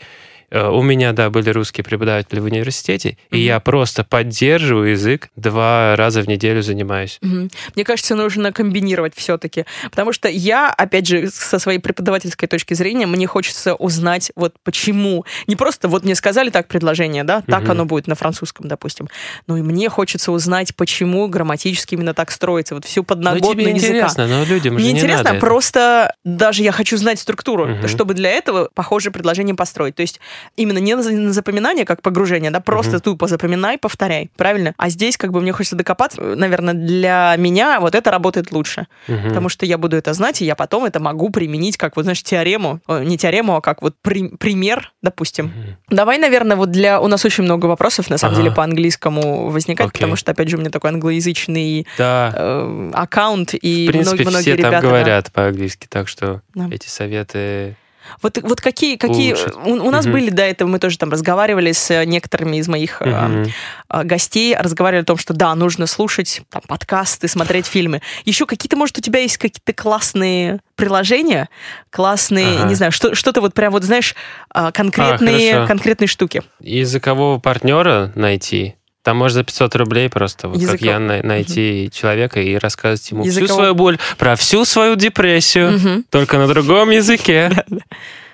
Speaker 3: э, у меня, да, были русские преподаватели в университете, и
Speaker 2: Мгм.
Speaker 3: я просто поддерживаю язык, два раза в неделю занимаюсь.
Speaker 2: Мгм. Мне кажется, нужно комбинировать все-таки. Потому что я, опять же, со своей преподавательской точки зрения, мне хочется узнать, вот почему. Не просто вот мне сказали так предложение, да, так
Speaker 3: Мгм.
Speaker 2: оно будет на французском, допустим. Но и мне хочется узнать, почему грамматически именно так строится. Вот всю
Speaker 3: Ну,
Speaker 2: подноготную
Speaker 3: тебе
Speaker 2: языка.
Speaker 3: интересно, но людям же
Speaker 2: Мне
Speaker 3: не
Speaker 2: интересно,
Speaker 3: надо это.
Speaker 2: просто даже я хочу знать структуру,
Speaker 3: Мгм.
Speaker 2: чтобы для этого похожее предложение построить. То есть именно не на за- на запоминание, как погружение, да, просто
Speaker 3: Мгм.
Speaker 2: тупо запоминай, повторяй, правильно? А здесь как бы мне хочется докопаться. Наверное, для меня вот это работает лучше,
Speaker 3: Мгм.
Speaker 2: потому что я буду это знать, и я потом это могу применить как вот, знаешь, теорему, Э, не теорему, а как вот при- пример, допустим.
Speaker 3: Мгм.
Speaker 2: Давай, наверное, вот для... У нас очень много вопросов, на самом
Speaker 3: Ага.
Speaker 2: деле, по английскому возникает,
Speaker 3: Окей.
Speaker 2: потому что, опять же, у меня такой англоязычный
Speaker 3: Да.
Speaker 2: э, аккаунт, и
Speaker 3: В принципе,
Speaker 2: многие,
Speaker 3: все
Speaker 2: ребята...
Speaker 3: там
Speaker 2: да.
Speaker 3: говорят по-английски, так что
Speaker 2: Да.
Speaker 3: эти советы...
Speaker 2: Вот, вот какие, какие
Speaker 3: Улучшить.
Speaker 2: у, у нас
Speaker 3: Мгм.
Speaker 2: были до этого, мы тоже там разговаривали с э, некоторыми из моих э,
Speaker 3: Мгм.
Speaker 2: э, гостей, разговаривали о том, что да, нужно слушать там, подкасты, смотреть фильмы. Еще какие-то, может, у тебя есть какие-то классные приложения, классные,
Speaker 3: Ага.
Speaker 2: не знаю, что, что-то вот прям вот, знаешь, э, конкретные,
Speaker 3: хорошо.
Speaker 2: конкретные штуки.
Speaker 3: Языкового партнера найти. Там можно за 500 рублей просто, вот как
Speaker 2: Языков-
Speaker 3: я, на- найти человека и рассказывать ему всю
Speaker 2: Языкового-
Speaker 3: свою боль, про всю свою депрессию,
Speaker 2: Мгм.
Speaker 3: только на другом языке.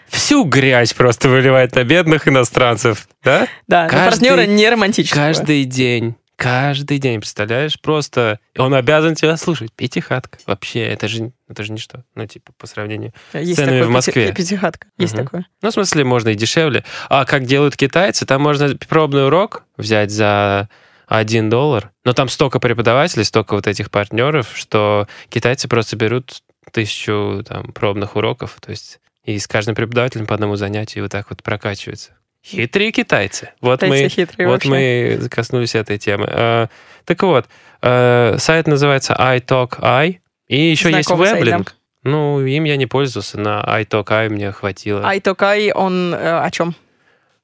Speaker 3: Всю грязь просто выливать на бедных иностранцев, да?
Speaker 2: Да, но
Speaker 3: Каждый-
Speaker 2: партнеры не романтического.
Speaker 3: Каждый день. Каждый день, представляешь? Просто он обязан тебя слушать. Пятихатка. Вообще, это же, это же ничто. Ну, типа, по сравнению
Speaker 2: Есть
Speaker 3: сценами
Speaker 2: такое
Speaker 3: в
Speaker 2: пяти-
Speaker 3: Москве.
Speaker 2: пятихатка. Есть
Speaker 3: Мгм.
Speaker 2: такое.
Speaker 3: Ну, в смысле, можно и дешевле. А как делают китайцы, там можно пробный урок взять за 1 доллар. Но там столько преподавателей, столько вот этих партнеров, что китайцы просто берут тысячу там, пробных уроков. То есть и с каждым преподавателем по одному занятию и вот так вот прокачивается. Хитрые китайцы. Вот
Speaker 2: Китайцы
Speaker 3: мы
Speaker 2: хитрые
Speaker 3: вот
Speaker 2: вообще.
Speaker 3: мы коснулись этой темы. Э, Так вот, э, сайт называется iTalkI. И еще есть
Speaker 2: Знакомый сайт, да.
Speaker 3: Weblink. Ну, им я не пользовался, на iTalkI мне хватило.
Speaker 2: А- Айтокай, он э, о чем?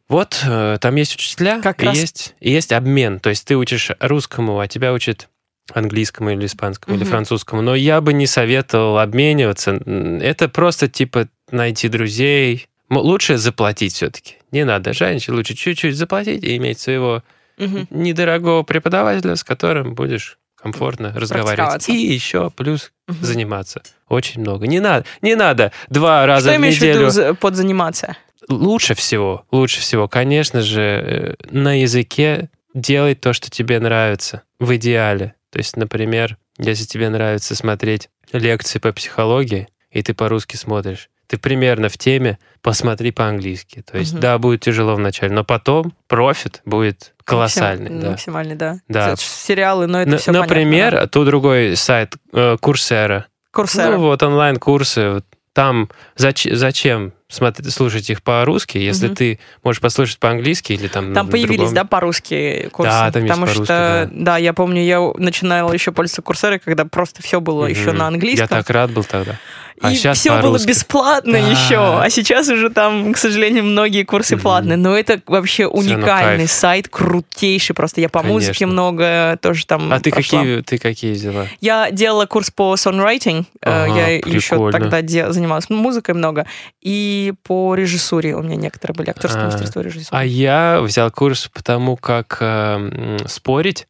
Speaker 3: Вот, э, там есть учителя,
Speaker 2: Как
Speaker 3: и
Speaker 2: раз-
Speaker 3: есть, и есть обмен. То есть ты учишь русскому, а тебя учат английскому или испанскому или
Speaker 2: Мгм.
Speaker 3: французскому. Но я бы не советовал обмениваться. М, Это просто типа найти друзей. М, Лучше заплатить все-таки. Не надо женщине, лучше чуть-чуть заплатить и иметь своего
Speaker 2: Мгм.
Speaker 3: недорогого преподавателя, с которым будешь комфортно разговаривать.
Speaker 2: Практиковаться.
Speaker 3: И еще плюс
Speaker 2: Мгм.
Speaker 3: заниматься. Очень много. Не надо, не надо два раза
Speaker 2: Что
Speaker 3: в
Speaker 2: имеешь в виду
Speaker 3: А неделю.
Speaker 2: за- под заниматься?
Speaker 3: Лучше всего, лучше всего, конечно же, э, на языке делать то, что тебе нравится в идеале. То есть, например, если тебе нравится смотреть лекции по психологии, и ты по-русски смотришь, ты примерно в теме, посмотри по-английски. То есть,
Speaker 2: Мгм.
Speaker 3: да, будет тяжело вначале, но потом профит будет колоссальный.
Speaker 2: Максим-
Speaker 3: да.
Speaker 2: Максимальный, да.
Speaker 3: Да.
Speaker 2: Это ж Сериалы, но это
Speaker 3: Н- ну,
Speaker 2: все
Speaker 3: например, тут другой сайт э, Курсера. Ну вот онлайн-курсы. вот Там зач- зачем смотр- слушать их по-русски, если
Speaker 2: Мгм.
Speaker 3: ты можешь послушать по-английски или там
Speaker 2: Там
Speaker 3: на
Speaker 2: появились,
Speaker 3: другом?
Speaker 2: да, по-русски курсы?
Speaker 3: Да, там есть
Speaker 2: Потому
Speaker 3: по-русски,
Speaker 2: что, да. я помню, я начинала еще пользоваться курсерой, когда просто все было еще
Speaker 3: Мгм.
Speaker 2: на
Speaker 3: Я
Speaker 2: английском.
Speaker 3: так рад был тогда. А
Speaker 2: и
Speaker 3: щас
Speaker 2: все было
Speaker 3: по-русски.
Speaker 2: бесплатно
Speaker 3: Да.
Speaker 2: еще. А сейчас уже там, к сожалению, многие курсы
Speaker 3: Мгм.
Speaker 2: платные. Но это вообще
Speaker 3: равно
Speaker 2: уникальный
Speaker 3: кайф.
Speaker 2: сайт, крутейший просто. Я по музыке
Speaker 3: Конечно.
Speaker 2: много тоже там
Speaker 3: А ты
Speaker 2: прошла.
Speaker 3: какие, ты какие взяла?
Speaker 2: Я делала курс по songwriting. э,
Speaker 3: Ага,
Speaker 2: я еще
Speaker 3: прикольно.
Speaker 2: тогда де- занималась музыкой много. И по режиссуре у меня некоторые были. Актерское
Speaker 3: А.
Speaker 2: мастерство и режиссура.
Speaker 3: А я взял курс по тому, как э, м, спорить.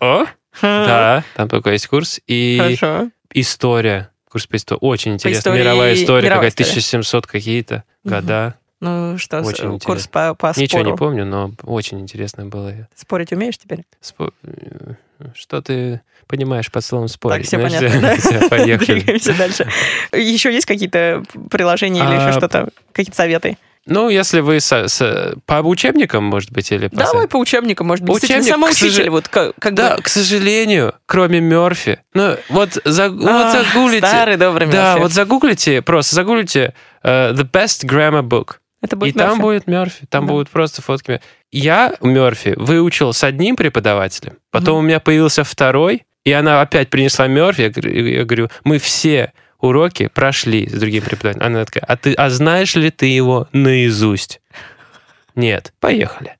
Speaker 3: О, А, да, там такой есть курс. И
Speaker 2: А. Хорошо.
Speaker 3: история. Курс по истории. Очень интересно.
Speaker 2: истории-
Speaker 3: Мировая история,
Speaker 2: мировая
Speaker 3: какая
Speaker 2: история.
Speaker 3: 1700 какие-то
Speaker 2: Мгм.
Speaker 3: года.
Speaker 2: Ну что, с-
Speaker 3: Очень интересно.
Speaker 2: курс по, по
Speaker 3: Ничего не
Speaker 2: спору.
Speaker 3: помню, но очень интересно было.
Speaker 2: Спорить умеешь теперь?
Speaker 3: Спо- э, Что ты понимаешь под словом спорить?
Speaker 2: так, все
Speaker 3: Знаешь,
Speaker 2: понятно. да?
Speaker 3: всё, Поехали.
Speaker 2: Двигаемся дальше. Еще есть какие-то приложения или еще
Speaker 3: А,
Speaker 2: что-то? Какие-то советы?
Speaker 3: Ну, если вы со- со- по учебникам, может быть, или по
Speaker 2: Давай по учебникам, может быть.
Speaker 3: По
Speaker 2: Кстати,
Speaker 3: учебникам, к
Speaker 2: самоучитель,
Speaker 3: сожалению-
Speaker 2: вот ка- когда...
Speaker 3: Да, к сожалению, кроме Мерфи. Ну, вот, за, вот
Speaker 2: А,
Speaker 3: загуглите.
Speaker 2: Старый добрый
Speaker 3: да,
Speaker 2: Мёрфи.
Speaker 3: вот загуглите, просто загуглите э, The Best Grammar Book.
Speaker 2: Это будет
Speaker 3: и там
Speaker 2: Мёрфи.
Speaker 3: будет Мерфи, там
Speaker 2: Да.
Speaker 3: будут просто фотки. Мёрфи. Я Мерфи выучил с одним преподавателем, потом у меня появился второй, и она опять принесла Мерфи. Я, гр- я говорю, мы все уроки прошли с другим преподавателем. Она такая, а ты, а знаешь ли ты его наизусть? Нет, поехали.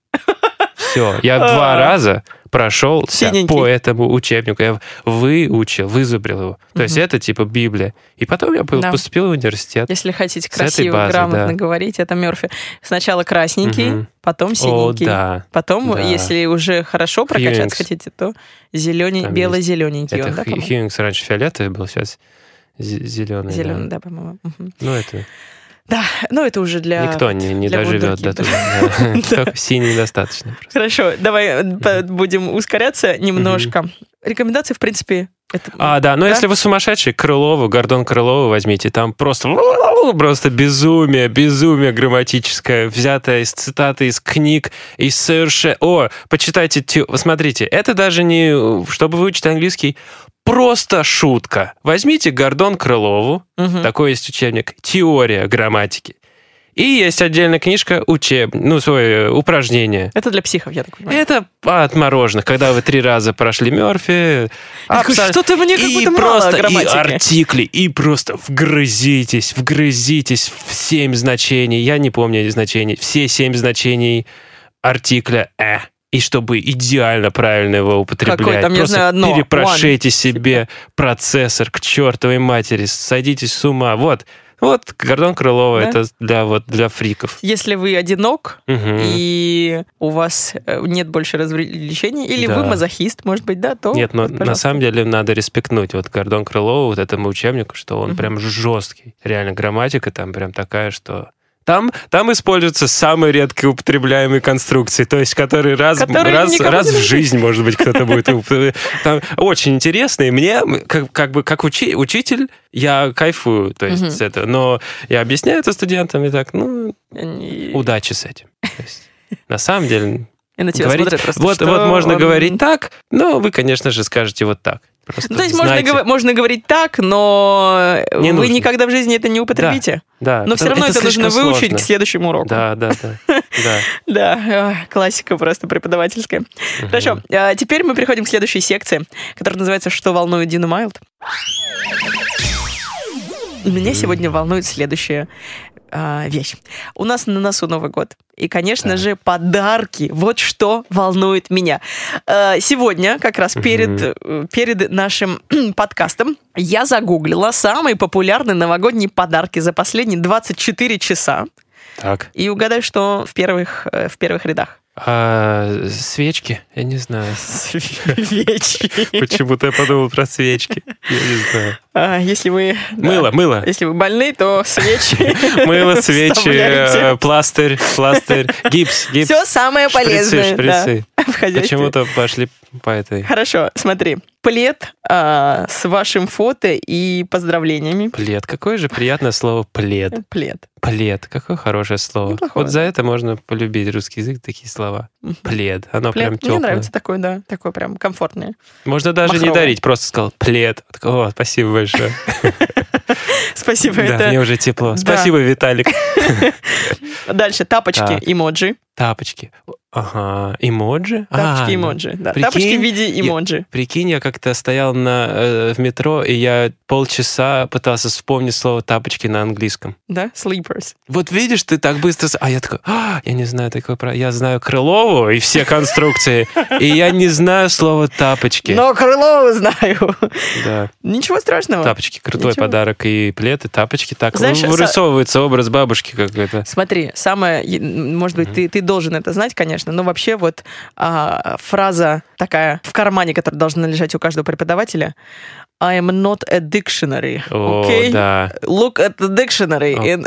Speaker 3: Все, я
Speaker 2: А.
Speaker 3: два раза прошел
Speaker 2: Синенький.
Speaker 3: по этому учебнику. Я выучил, вызубрил его. То есть
Speaker 2: Мгм.
Speaker 3: это типа Библия. И потом я по-
Speaker 2: Да.
Speaker 3: поступил в университет.
Speaker 2: Если хотите
Speaker 3: этой
Speaker 2: красиво,
Speaker 3: базы,
Speaker 2: грамотно
Speaker 3: да.
Speaker 2: говорить, это Мерфи. Сначала красненький,
Speaker 3: Мгм.
Speaker 2: потом
Speaker 3: О,
Speaker 2: синенький.
Speaker 3: да.
Speaker 2: Потом,
Speaker 3: Да.
Speaker 2: если уже хорошо прокачаться
Speaker 3: Хьюингс.
Speaker 2: хотите, то зеленый,
Speaker 3: Там
Speaker 2: бело-зелененький. он,
Speaker 3: Это
Speaker 2: да,
Speaker 3: Хи-
Speaker 2: по-моему?
Speaker 3: Хьюингс раньше фиолетовый был, сейчас зеленый.
Speaker 2: Зеленый, да, по-моему. Мгм.
Speaker 3: Ну, это
Speaker 2: Ну, это уже для...
Speaker 3: никто не, не
Speaker 2: для
Speaker 3: доживет
Speaker 2: вундеркинда.
Speaker 3: до туда. да. Только Синий достаточно. просто.
Speaker 2: Хорошо, давай э, по- будем ускоряться немножко. Рекомендации, в принципе, это...
Speaker 3: А, да, но
Speaker 2: Да?
Speaker 3: если вы сумасшедший, Крылову, Гордон Крылову возьмите, там просто просто безумие, безумие грамматическое, взятое из цитаты, из книг, из совершенно... О, почитайте, те- смотрите, это даже не, э, чтобы выучить английский, просто шутка. Возьмите Гордон Крылову,
Speaker 2: Мгм.
Speaker 3: Такой есть учебник «Теория грамматики». И есть отдельная книжка учеб... ну, свое упражнение.
Speaker 2: Это для психов, я так понимаю.
Speaker 3: Это от мороженых, когда вы три раза прошли Мерфи.
Speaker 2: Я такой,
Speaker 3: абсо-
Speaker 2: Что ты мне как
Speaker 3: И
Speaker 2: будто мало
Speaker 3: просто и
Speaker 2: грамматики».
Speaker 3: артикли, и просто вгрызитесь, вгрызитесь в семь значений. Я не помню эти значения. Все семь значений артикля «э». И чтобы идеально правильно его употреблять.
Speaker 2: Какой там, я
Speaker 3: Просто
Speaker 2: знаю, одно.
Speaker 3: перепрошейте себе процессор к чертовой матери. Садитесь с ума. Вот. Вот Гордон Крылова,
Speaker 2: Да?
Speaker 3: это для, вот, для фриков.
Speaker 2: Если вы одинок,
Speaker 3: Мгм.
Speaker 2: и у вас э, нет больше развлечений, или
Speaker 3: Да.
Speaker 2: вы мазохист, может быть, да, то...
Speaker 3: Нет, но
Speaker 2: вот,
Speaker 3: на
Speaker 2: пожалуйста.
Speaker 3: самом деле надо респектнуть вот Гордон Крылова, вот этому учебнику, что он
Speaker 2: Мгм.
Speaker 3: прям жесткий. Реально грамматика там прям такая, что... Там, там используются самые редко употребляемые конструкции, то есть которые раз,
Speaker 2: Которые
Speaker 3: раз,
Speaker 2: никому
Speaker 3: раз
Speaker 2: не
Speaker 3: в
Speaker 2: нужны.
Speaker 3: жизнь, может быть, кто-то будет уп- Там очень интересно, и мне, как, как бы как учи- учитель, я кайфую то есть,
Speaker 2: Мгм.
Speaker 3: с этого. Но я объясняю это студентам, и так, ну,
Speaker 2: Они-
Speaker 3: удачи с этим. То есть, на самом деле,
Speaker 2: И на тебя
Speaker 3: Говорить-
Speaker 2: смотрят просто,
Speaker 3: вот,
Speaker 2: что
Speaker 3: вот можно
Speaker 2: он-
Speaker 3: говорить так, но вы, конечно же, скажете вот так. Просто
Speaker 2: Ну, то есть можно,
Speaker 3: знайте.
Speaker 2: гов- можно говорить так, но
Speaker 3: Не
Speaker 2: вы
Speaker 3: нужно.
Speaker 2: никогда в жизни это не употребите.
Speaker 3: Да,
Speaker 2: Но все равно это, нужно
Speaker 3: слишком
Speaker 2: выучить
Speaker 3: сложно.
Speaker 2: к следующему уроку.
Speaker 3: Да, да, да. да.
Speaker 2: Да, эх, классика просто преподавательская.
Speaker 3: Мгм.
Speaker 2: Хорошо, а теперь мы переходим к следующей секции, которая называется «Что волнует Дину Майлд?». Меня сегодня волнует следующая а, вещь. У нас на носу Новый год. И, конечно
Speaker 3: Так.
Speaker 2: же, подарки. Вот что волнует меня. Э, Сегодня, как раз перед, э, перед нашим подкастом, я загуглила самые популярные новогодние подарки за последние 24 часа.
Speaker 3: Так.
Speaker 2: И угадай, что в первых, э, в первых рядах.
Speaker 3: А, свечки? Я не знаю.
Speaker 2: Свечи.
Speaker 3: Почему-то я подумал про свечки. Я не знаю.
Speaker 2: А, Если вы... да,
Speaker 3: Мыло, мыло.
Speaker 2: Если вы больны, то свечи.
Speaker 3: Мыло, свечи,
Speaker 2: Вставляйте.
Speaker 3: э, пластырь, пластырь, гипс, гипс.
Speaker 2: Все самое
Speaker 3: шприцы,
Speaker 2: полезное. да,
Speaker 3: шприцы.
Speaker 2: в хозяйстве.
Speaker 3: Почему-то пошли по этой.
Speaker 2: Хорошо, смотри. Плед а, с вашим фото и поздравлениями.
Speaker 3: Плед. Какое же приятное слово плед.
Speaker 2: Плед.
Speaker 3: Плед. Какое хорошее слово.
Speaker 2: Неплохое.
Speaker 3: Вот за это можно полюбить русский язык, такие слова.
Speaker 2: Мгм.
Speaker 3: Плед. Оно прям
Speaker 2: Плед. Мне
Speaker 3: теплое.
Speaker 2: нравится такое, да. Такое прям комфортное.
Speaker 3: Можно даже не
Speaker 2: Махровое.
Speaker 3: дарить, просто сказал плед. Так, О, спасибо большое.
Speaker 2: Спасибо.
Speaker 3: Да,
Speaker 2: это...
Speaker 3: мне уже тепло.
Speaker 2: Да.
Speaker 3: Спасибо, Виталик.
Speaker 2: Дальше. Тапочки.
Speaker 3: Так.
Speaker 2: Эмоджи.
Speaker 3: Тапочки. Ага, эмоджи?
Speaker 2: Тапочки
Speaker 3: А,
Speaker 2: эмоджи. Да.
Speaker 3: Прикинь,
Speaker 2: Тапочки в виде
Speaker 3: я-
Speaker 2: эмоджи.
Speaker 3: Прикинь, я как-то стоял на, э, в метро, и я полчаса пытался вспомнить слово «тапочки» на английском.
Speaker 2: Да? Sleepers.
Speaker 3: Вот видишь, ты так быстро... с- А я такой, «А, я не знаю такое про... Я знаю Крылову и все конструкции, и я не знаю слово «тапочки».
Speaker 2: Но Крылова знаю.
Speaker 3: Да.
Speaker 2: Ничего страшного.
Speaker 3: Тапочки, крутой
Speaker 2: Ничего.
Speaker 3: подарок, и плед, и тапочки. Так ну,
Speaker 2: Знаешь,
Speaker 3: вырисовывается образ бабушки какой-то.
Speaker 2: Смотри, самое, е- м, может быть, ты, ты должен это знать, конечно, но вообще вот а, фраза такая в кармане, которая должна лежать у каждого преподавателя. I am not a dictionary.
Speaker 3: О,
Speaker 2: okay?
Speaker 3: да,
Speaker 2: Look at the dictionary.
Speaker 3: О.
Speaker 2: and-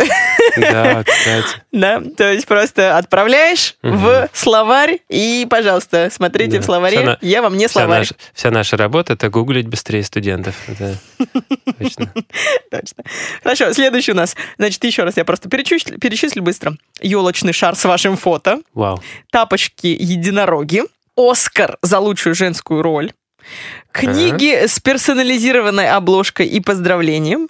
Speaker 3: да, кстати.
Speaker 2: да, то есть просто отправляешь
Speaker 3: Мгм.
Speaker 2: в словарь и, пожалуйста, смотрите
Speaker 3: Да.
Speaker 2: в словаре.
Speaker 3: Вся на-
Speaker 2: Я вам не
Speaker 3: Вся
Speaker 2: словарь.
Speaker 3: наша, вся наша работа — это гуглить быстрее студентов. Это точно.
Speaker 2: Точно. Хорошо, следующий у нас. Значит, еще раз я просто перечислю, перечислю быстро. Елочный шар с вашим фото.
Speaker 3: Вау.
Speaker 2: тапочки-единороги, Оскар за лучшую женскую роль, книги с персонализированной обложкой и поздравлением,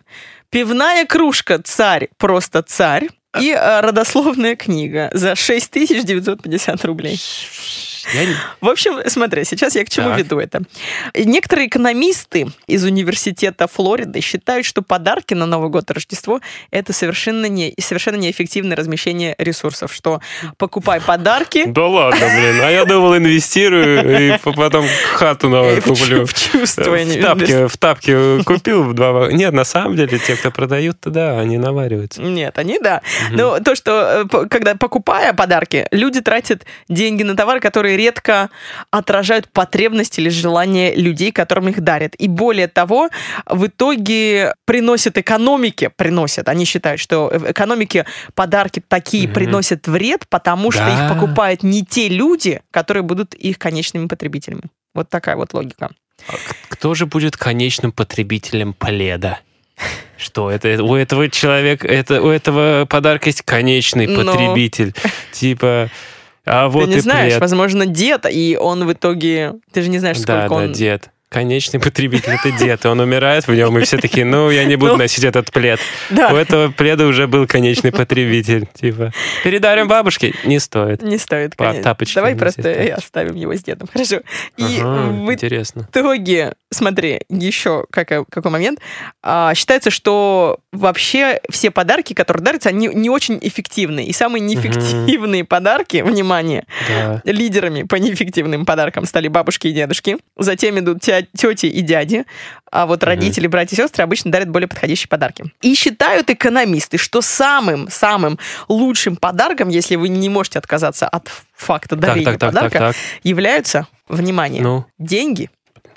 Speaker 2: пивная кружка «Царь, просто царь» и э, родословная книга за 6950 рублей.
Speaker 3: Я не-
Speaker 2: В общем, смотри, сейчас я к чему
Speaker 3: Так.
Speaker 2: веду это. Некоторые экономисты из университета Флориды считают, что подарки на Новый год и Рождество – это совершенно, не, совершенно неэффективное размещение ресурсов, что покупай подарки,
Speaker 3: Да ладно, блин. А я думал, инвестирую и по- потом хату
Speaker 2: Э,
Speaker 3: новую
Speaker 2: в чу-
Speaker 3: куплю. Э,
Speaker 2: в чувствование.
Speaker 3: В тапке, в тапке купил в два. ва- Нет, на самом деле, те, кто продают, то да, они навариваются.
Speaker 2: Нет, они да.
Speaker 3: Мгм.
Speaker 2: Но то, что э, п- когда покупая подарки, люди тратят деньги на товары, которые редко отражают потребности или желания людей, которым их дарят. И более того, в итоге приносят экономике, приносят. Они считают, что в экономике подарки такие
Speaker 3: Мгм.
Speaker 2: приносят вред, потому что
Speaker 3: Да.
Speaker 2: их покупают не те люди, которые будут их конечными потребителями. Вот такая вот логика.
Speaker 3: А к- Кто же будет конечным потребителем пледа? Что это? У этого человека, это, у этого подарка есть конечный
Speaker 2: Ну.
Speaker 3: потребитель. Типа, а вот
Speaker 2: Ты не
Speaker 3: и
Speaker 2: знаешь,
Speaker 3: плед.
Speaker 2: возможно, дед, и он в итоге... Ты же не знаешь,
Speaker 3: Да,
Speaker 2: сколько
Speaker 3: да,
Speaker 2: он...
Speaker 3: дед. Конечный потребитель это дед. и Он умирает в нем, и все такие, ну, я не буду
Speaker 2: Ну.
Speaker 3: носить этот плед.
Speaker 2: Да.
Speaker 3: У этого пледа уже был конечный потребитель. Типа, передарим бабушке. Не стоит.
Speaker 2: Не стоит,
Speaker 3: По
Speaker 2: конечно.
Speaker 3: тапочкам
Speaker 2: Давай
Speaker 3: носить,
Speaker 2: просто
Speaker 3: тапочки.
Speaker 2: оставим его с дедом. Хорошо. И
Speaker 3: Ага,
Speaker 2: в
Speaker 3: Интересно.
Speaker 2: итоге, смотри, еще какой, какой момент. А, считается, что вообще все подарки, которые дарятся, они не очень эффективны. И самые неэффективные подарки, внимание,
Speaker 3: Да.
Speaker 2: лидерами по неэффективным подаркам стали бабушки и дедушки. Затем идут тя- тети и дяди. А вот
Speaker 3: Мгм.
Speaker 2: родители, братья и сестры обычно дарят более подходящие подарки. И считают экономисты, что самым-самым лучшим подарком, если вы не можете отказаться от факта
Speaker 3: Так,
Speaker 2: дарения
Speaker 3: так, так, так,
Speaker 2: подарка,
Speaker 3: так.
Speaker 2: являются, внимание,
Speaker 3: Ну,
Speaker 2: деньги.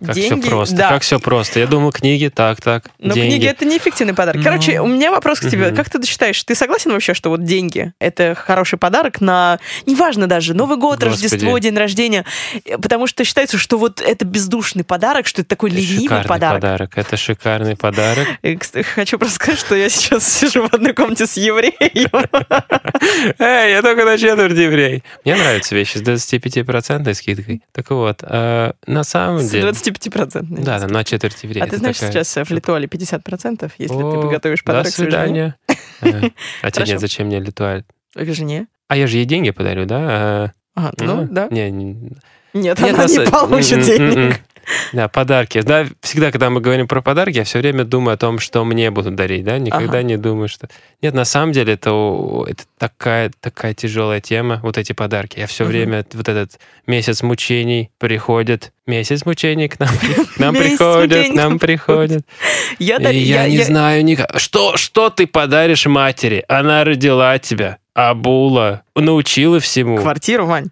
Speaker 3: как
Speaker 2: деньги,
Speaker 3: все просто.
Speaker 2: да.
Speaker 3: Как все просто. Я думал, книги, так, так.
Speaker 2: Но
Speaker 3: деньги.
Speaker 2: книги это неэффективный подарок.
Speaker 3: Ну.
Speaker 2: Короче, у меня вопрос к тебе.
Speaker 3: Мгм.
Speaker 2: Как ты считаешь, ты согласен вообще, что вот деньги это хороший подарок на неважно даже Новый год,
Speaker 3: Господи.
Speaker 2: Рождество, день рождения, Э, потому что считается, что вот это бездушный подарок, что это такой
Speaker 3: Это
Speaker 2: ленивый
Speaker 3: шикарный
Speaker 2: подарок.
Speaker 3: Это шикарный подарок.
Speaker 2: Э, кстати, Хочу просто сказать, что я сейчас сижу в одной комнате с евреем.
Speaker 3: Эй, я только на четверть еврей. Мне нравятся вещи с 25% скидкой. Так вот, э, на самом
Speaker 2: С
Speaker 3: деле...
Speaker 2: 25%.
Speaker 3: Да, да, на четверть еврея.
Speaker 2: А ты
Speaker 3: Это
Speaker 2: знаешь,
Speaker 3: такая-
Speaker 2: сейчас э, в Литуале 50%, если ты
Speaker 3: О,
Speaker 2: готовишь
Speaker 3: До
Speaker 2: подарок своей жене.
Speaker 3: свидания. Э, А тебе
Speaker 2: Хорошо.
Speaker 3: нет, зачем мне ритуаль?
Speaker 2: Э, жене.
Speaker 3: А я же ей деньги подарю, да?
Speaker 2: Ага,
Speaker 3: Э,
Speaker 2: ну
Speaker 3: м?
Speaker 2: да.
Speaker 3: Не, не-
Speaker 2: Нет,
Speaker 3: Нет,
Speaker 2: она
Speaker 3: на
Speaker 2: не
Speaker 3: са-
Speaker 2: получит
Speaker 3: М-м-м-м.
Speaker 2: денег.
Speaker 3: Да, подарки. Да, всегда, когда мы говорим про подарки, я все время думаю о том, что мне будут дарить, да, никогда
Speaker 2: Ага.
Speaker 3: не думаю, что... Нет, на самом деле это, о, это такая, такая тяжелая тема, вот эти подарки. Я все
Speaker 2: Мгм.
Speaker 3: время, вот этот месяц мучений приходит, месяц мучений к нам, к нам
Speaker 2: Месяц
Speaker 3: приходит,
Speaker 2: мучений
Speaker 3: к
Speaker 2: к
Speaker 3: нам
Speaker 2: нам
Speaker 3: приходит.
Speaker 2: Я,
Speaker 3: И
Speaker 2: да-
Speaker 3: я, не знаю никак. Что, что ты подаришь матери? Она родила тебя, обула, научила всему.
Speaker 2: Квартиру, Вань.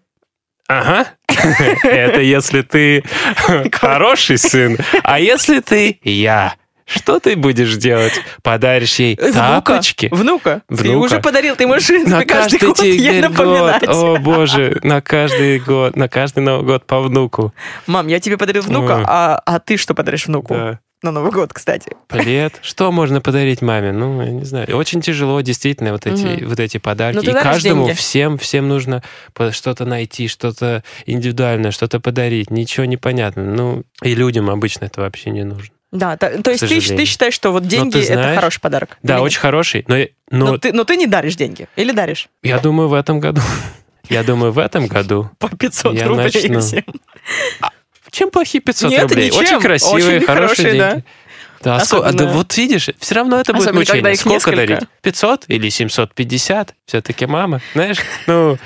Speaker 3: Ага. Это если ты хороший сын. А если ты я? Что ты будешь делать? Подаришь ей
Speaker 2: Э, внука,
Speaker 3: тапочки?
Speaker 2: Внука. Ты
Speaker 3: Внука.
Speaker 2: уже подарил, ты можешь на каждый год ей
Speaker 3: теперь год.
Speaker 2: напоминать.
Speaker 3: О, боже, на каждый год, на каждый Новый год по внуку.
Speaker 2: Мам, я тебе подарил внука,
Speaker 3: Ой.
Speaker 2: а, а ты что подаришь внуку?
Speaker 3: Да.
Speaker 2: На Новый год, кстати.
Speaker 3: Плед. Что можно подарить маме? Ну, я не знаю. Очень тяжело, действительно, вот эти,
Speaker 2: Мгм.
Speaker 3: вот эти подарки.
Speaker 2: Ну, ты
Speaker 3: И
Speaker 2: даришь
Speaker 3: каждому,
Speaker 2: деньги.
Speaker 3: всем, всем нужно по- что-то найти, что-то индивидуальное, что-то подарить. Ничего не понятно. Ну, и людям обычно это вообще не нужно.
Speaker 2: Да, та- то есть ты,
Speaker 3: сожалению. Ну,
Speaker 2: ты считаешь, что вот деньги это
Speaker 3: знаешь-
Speaker 2: хороший подарок?
Speaker 3: Да, ну
Speaker 2: Или
Speaker 3: очень хороший, но,
Speaker 2: нет?
Speaker 3: но
Speaker 2: Но ты, но ты не даришь деньги. Или даришь?
Speaker 3: я думаю, в этом году Я думаю, в этом году.
Speaker 2: По 500
Speaker 3: Я
Speaker 2: рублей
Speaker 3: начну.
Speaker 2: всем.
Speaker 3: Чем плохие 500
Speaker 2: Нет,
Speaker 3: рублей?
Speaker 2: ничем.
Speaker 3: Очень красивые,
Speaker 2: Очень
Speaker 3: хорошие
Speaker 2: хорошие,
Speaker 3: деньги.
Speaker 2: да.
Speaker 3: Да, а сколько- а да
Speaker 2: Особенно-
Speaker 3: вот видишь, все равно это будет
Speaker 2: Особенно,
Speaker 3: мучение.
Speaker 2: когда их
Speaker 3: сколько
Speaker 2: несколько.
Speaker 3: дарить? 500 или 750? Все-таки мама, знаешь, ну...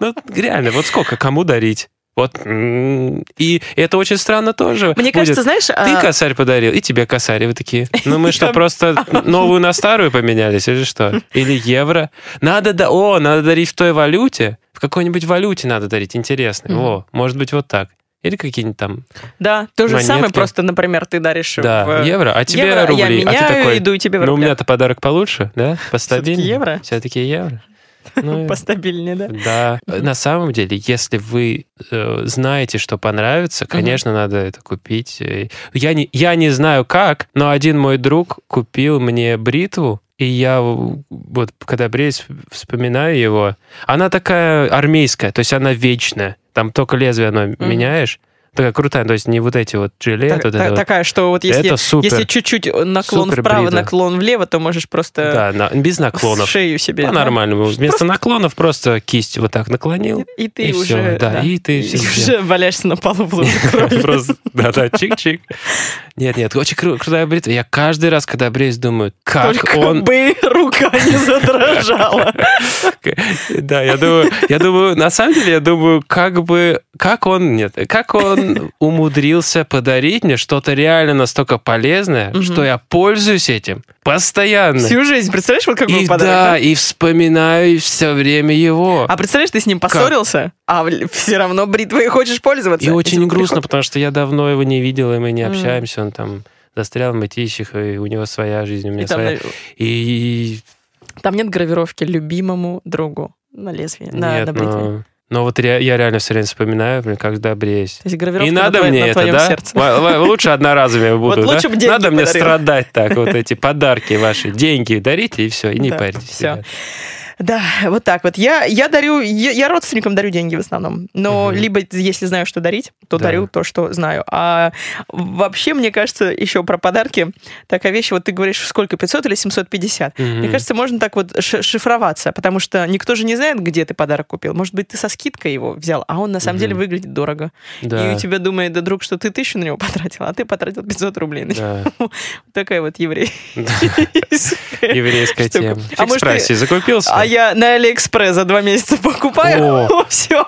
Speaker 3: Ну, реально, вот сколько кому дарить? Вот, м, и это очень странно тоже.
Speaker 2: Мне
Speaker 3: будет.
Speaker 2: кажется, знаешь... а,
Speaker 3: ты косарь подарил, и тебе косарь, и вы такие. Ну мы что,
Speaker 2: Там-
Speaker 3: просто новую на старую поменялись, или что? Или евро? Надо, да, о, надо дарить в той валюте, в какой-нибудь валюте надо дарить, интересно.
Speaker 2: Мгм.
Speaker 3: О, может быть, вот так. Или какие-нибудь там
Speaker 2: Да, то же
Speaker 3: монетки.
Speaker 2: самое, просто, например, ты даришь
Speaker 3: Да,
Speaker 2: в
Speaker 3: евро, а тебе
Speaker 2: евро, я
Speaker 3: рубли. а
Speaker 2: меняю,
Speaker 3: ты такой,
Speaker 2: иду и тебе в
Speaker 3: ну у
Speaker 2: рублях.
Speaker 3: меня-то подарок получше, да? Постабильнее.
Speaker 2: евро?
Speaker 3: Все-таки евро. Ну, и-
Speaker 2: Постабильнее, да?
Speaker 3: да. Э, На самом деле, если вы э, знаете, что понравится, конечно, надо это купить. Э, Я не, я не знаю как, но один мой друг купил мне бритву, и я в- вот когда бреюсь, вспоминаю его. Она такая армейская, то есть она вечная. Там только лезвие оно меняешь. Такая крутая, то есть не вот эти вот жилеты.
Speaker 2: Так-
Speaker 3: вот это
Speaker 2: та-
Speaker 3: вот.
Speaker 2: такая, что вот если,
Speaker 3: Это супер.
Speaker 2: если чуть-чуть наклон
Speaker 3: Супер
Speaker 2: вправо,
Speaker 3: брида.
Speaker 2: наклон влево, то можешь просто
Speaker 3: Да, на- без наклонов.
Speaker 2: шею себе. э, да?
Speaker 3: По-нормальному. Вместо наклонов просто кисть вот так наклонил.
Speaker 2: И ты
Speaker 3: И всё,
Speaker 2: уже...
Speaker 3: да, и ты всё
Speaker 2: уже валяешься на полу в луже крови.
Speaker 3: Просто, да-да, чик-чик. Нет, нет, очень кру- крутая бритва. Я каждый раз, когда бреюсь, думаю, как
Speaker 2: Только
Speaker 3: он...
Speaker 2: бы рука не задрожала.
Speaker 3: Да, я думаю, я думаю, на самом деле, я думаю, как бы, как он, нет, как он умудрился подарить мне что-то реально настолько полезное,
Speaker 2: Мгм.
Speaker 3: что я пользуюсь этим постоянно.
Speaker 2: Всю жизнь. Представляешь, вот какой
Speaker 3: И
Speaker 2: подарок?
Speaker 3: да, и вспоминаю все время его.
Speaker 2: А представляешь, ты с ним поссорился, а все равно бритвой хочешь пользоваться. типа
Speaker 3: И очень
Speaker 2: Этим
Speaker 3: грустно,
Speaker 2: приход-
Speaker 3: потому что я давно его не видел, и мы не
Speaker 2: М.
Speaker 3: общаемся. Он там застрял в мытищах, и у него своя жизнь, у меня
Speaker 2: И там,
Speaker 3: своя. И
Speaker 2: там нет гравировки любимому другу на лезвии, на,
Speaker 3: нет, ну.
Speaker 2: на бритве.
Speaker 3: но... но вот ре- я реально все время вспоминаю, блин, когда бреюсь.
Speaker 2: То есть гравировка
Speaker 3: И
Speaker 2: на
Speaker 3: надо
Speaker 2: твоем-
Speaker 3: мне
Speaker 2: на
Speaker 3: это,
Speaker 2: твоем
Speaker 3: да?
Speaker 2: сердце.
Speaker 3: Л- л- Лучше одноразовыми буду, да?
Speaker 2: лучше б деньги
Speaker 3: Надо мне
Speaker 2: подарил.
Speaker 3: страдать так, вот эти подарки ваши, деньги дарите, и все, и не
Speaker 2: Да,
Speaker 3: парьтесь.
Speaker 2: всё.
Speaker 3: ребят.
Speaker 2: Да, вот так вот. Я, я дарю, я, я родственникам дарю деньги в основном. Но
Speaker 3: Мгм.
Speaker 2: либо, если знаю, что дарить, то
Speaker 3: Да.
Speaker 2: дарю то, что знаю. А вообще, мне кажется, еще про подарки такая вещь, вот ты говоришь, сколько, 500 или 750?
Speaker 3: Мгм.
Speaker 2: Мне кажется, можно так вот ш- шифроваться, потому что никто же не знает, где ты подарок купил. Может быть, ты со скидкой его взял, а он на самом
Speaker 3: Мгм.
Speaker 2: деле выглядит дорого.
Speaker 3: Да,
Speaker 2: И у тебя думает, да, друг, что ты тысячу на него потратил, а ты потратил 500 рублей. на него.
Speaker 3: да.
Speaker 2: Такая вот еврей.
Speaker 3: Да. Еврейская
Speaker 2: Штука.
Speaker 3: тема.
Speaker 2: А
Speaker 3: Фикс
Speaker 2: может, ты-
Speaker 3: прайсе закупился?
Speaker 2: А я на Алиэкспресс за два месяца покупаю, все.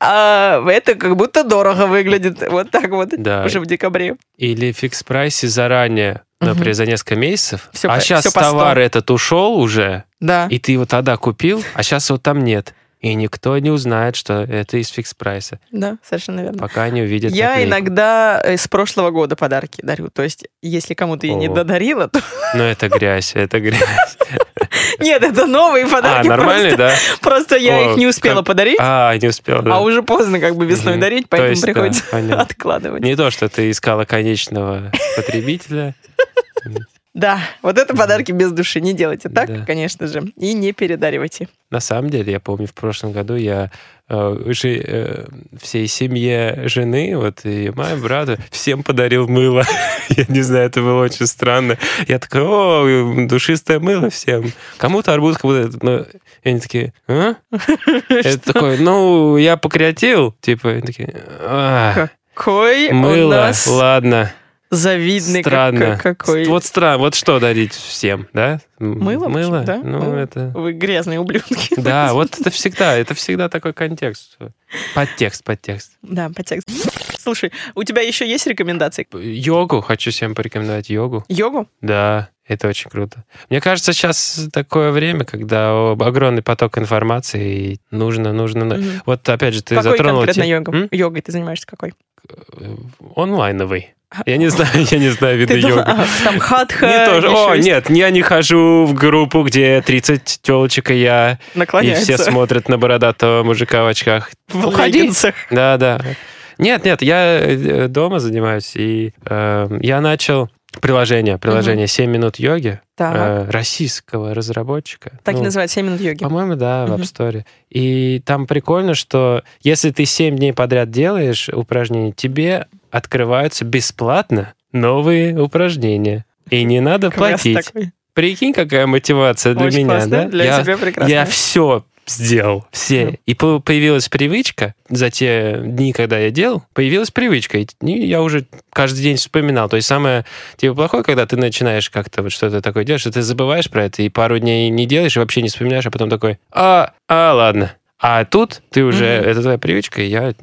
Speaker 2: А это как будто дорого выглядит. Вот так вот.
Speaker 3: Да.
Speaker 2: Уже в декабре.
Speaker 3: Или фикс прайсе заранее, например,
Speaker 2: Мгм.
Speaker 3: за несколько месяцев.
Speaker 2: Всё
Speaker 3: а
Speaker 2: по-
Speaker 3: сейчас
Speaker 2: всё по
Speaker 3: товар
Speaker 2: сто.
Speaker 3: этот ушел уже,
Speaker 2: Да.
Speaker 3: и ты его тогда купил, а сейчас его там нет. И никто не узнает, что это из фикс прайса,
Speaker 2: Да, совершенно верно.
Speaker 3: пока не увидят.
Speaker 2: Я
Speaker 3: наклейку.
Speaker 2: иногда э, с прошлого года подарки дарю. То есть, если кому-то я не
Speaker 3: О.
Speaker 2: додарила, то...
Speaker 3: Но Ну, это грязь, это грязь.
Speaker 2: Нет, это новые
Speaker 3: А,
Speaker 2: подарки.
Speaker 3: нормальный,
Speaker 2: просто-
Speaker 3: да?
Speaker 2: Просто я
Speaker 3: О,
Speaker 2: их не успела
Speaker 3: как-
Speaker 2: подарить,
Speaker 3: А, не успел. да.
Speaker 2: а уже поздно как бы весной
Speaker 3: Мгм.
Speaker 2: дарить,
Speaker 3: То
Speaker 2: поэтому
Speaker 3: есть, да,
Speaker 2: приходится
Speaker 3: понятно.
Speaker 2: откладывать.
Speaker 3: Не то, что ты искала конечного потребителя.
Speaker 2: Да, вот это подарки без души. Не делайте так,
Speaker 3: Да.
Speaker 2: конечно же. И не передаривайте.
Speaker 3: На самом деле, я помню, в прошлом году я э, жи- э, всей семье жены, вот и моему брату, всем подарил мыло. Я не знаю, это было очень странно. Я такой, о, душистое мыло всем. Кому-то арбуз, кому-то... ну, И они такие, а? Я такой, ну, я покреатил. Типа, они такие, «А,
Speaker 2: Какой у
Speaker 3: мыло,
Speaker 2: нас
Speaker 3: ладно,
Speaker 2: завидный как-
Speaker 3: странно.
Speaker 2: как- какой
Speaker 3: Вот странно, вот что дарить всем, да? М,
Speaker 2: Мыло, в общем,
Speaker 3: Мыло,
Speaker 2: да,
Speaker 3: ну,
Speaker 2: мыло.
Speaker 3: это...
Speaker 2: вы грязные ублюдки.
Speaker 3: Да, вот это всегда, это всегда такой контекст. Подтекст, подтекст.
Speaker 2: Да, подтекст. Слушай, у тебя еще есть рекомендации?
Speaker 3: Йогу, хочу всем порекомендовать йогу.
Speaker 2: Йогу?
Speaker 3: Да, это очень круто. Мне кажется, сейчас такое время, когда о- огромный поток информации, и нужно, нужно... ну,
Speaker 2: Мгм.
Speaker 3: Вот опять же, ты
Speaker 2: Какой
Speaker 3: затронул...
Speaker 2: конкретно
Speaker 3: те-
Speaker 2: йогом?
Speaker 3: М?
Speaker 2: Йогой ты занимаешься какой?
Speaker 3: Э, Онлайновый. Я не знаю, я не знаю виды
Speaker 2: А, Ты думал,
Speaker 3: йоги.
Speaker 2: а, Там хатха,
Speaker 3: Не тоже.
Speaker 2: еще
Speaker 3: О,
Speaker 2: есть
Speaker 3: нет, я не хожу в группу, где 30 телочек и я, и все
Speaker 2: наклоняется
Speaker 3: смотрят на бородатого мужика в очках.
Speaker 2: в
Speaker 3: Уходи.
Speaker 2: леггинсах.
Speaker 3: Да, да. Нет, нет, я э, дома занимаюсь, и э, я начал приложение, приложение «7 минут йоги»
Speaker 2: Так,
Speaker 3: э, российского разработчика.
Speaker 2: так и
Speaker 3: Ну,
Speaker 2: называют 7 минут йоги.
Speaker 3: По-моему, да, в App
Speaker 2: Мгм.
Speaker 3: Store. И там прикольно, что если ты 7 дней подряд делаешь упражнения, тебе открываются бесплатно новые упражнения. И не надо
Speaker 2: Квест
Speaker 3: платить.
Speaker 2: такой.
Speaker 3: Прикинь, какая мотивация для
Speaker 2: Очень
Speaker 3: меня,
Speaker 2: классно,
Speaker 3: да?
Speaker 2: для
Speaker 3: я
Speaker 2: тебя прекрасно.
Speaker 3: я все сделал. Все. И по- появилась привычка, за те дни, когда я делал, появилась привычка. И я уже каждый день вспоминал. То есть самое типа, плохое, когда ты начинаешь как-то вот что-то такое делать, что ты забываешь про это и пару дней не делаешь, и вообще не вспоминаешь, а потом такой, а, а ладно. А тут ты уже,
Speaker 2: Мгм.
Speaker 3: это твоя привычка, и я,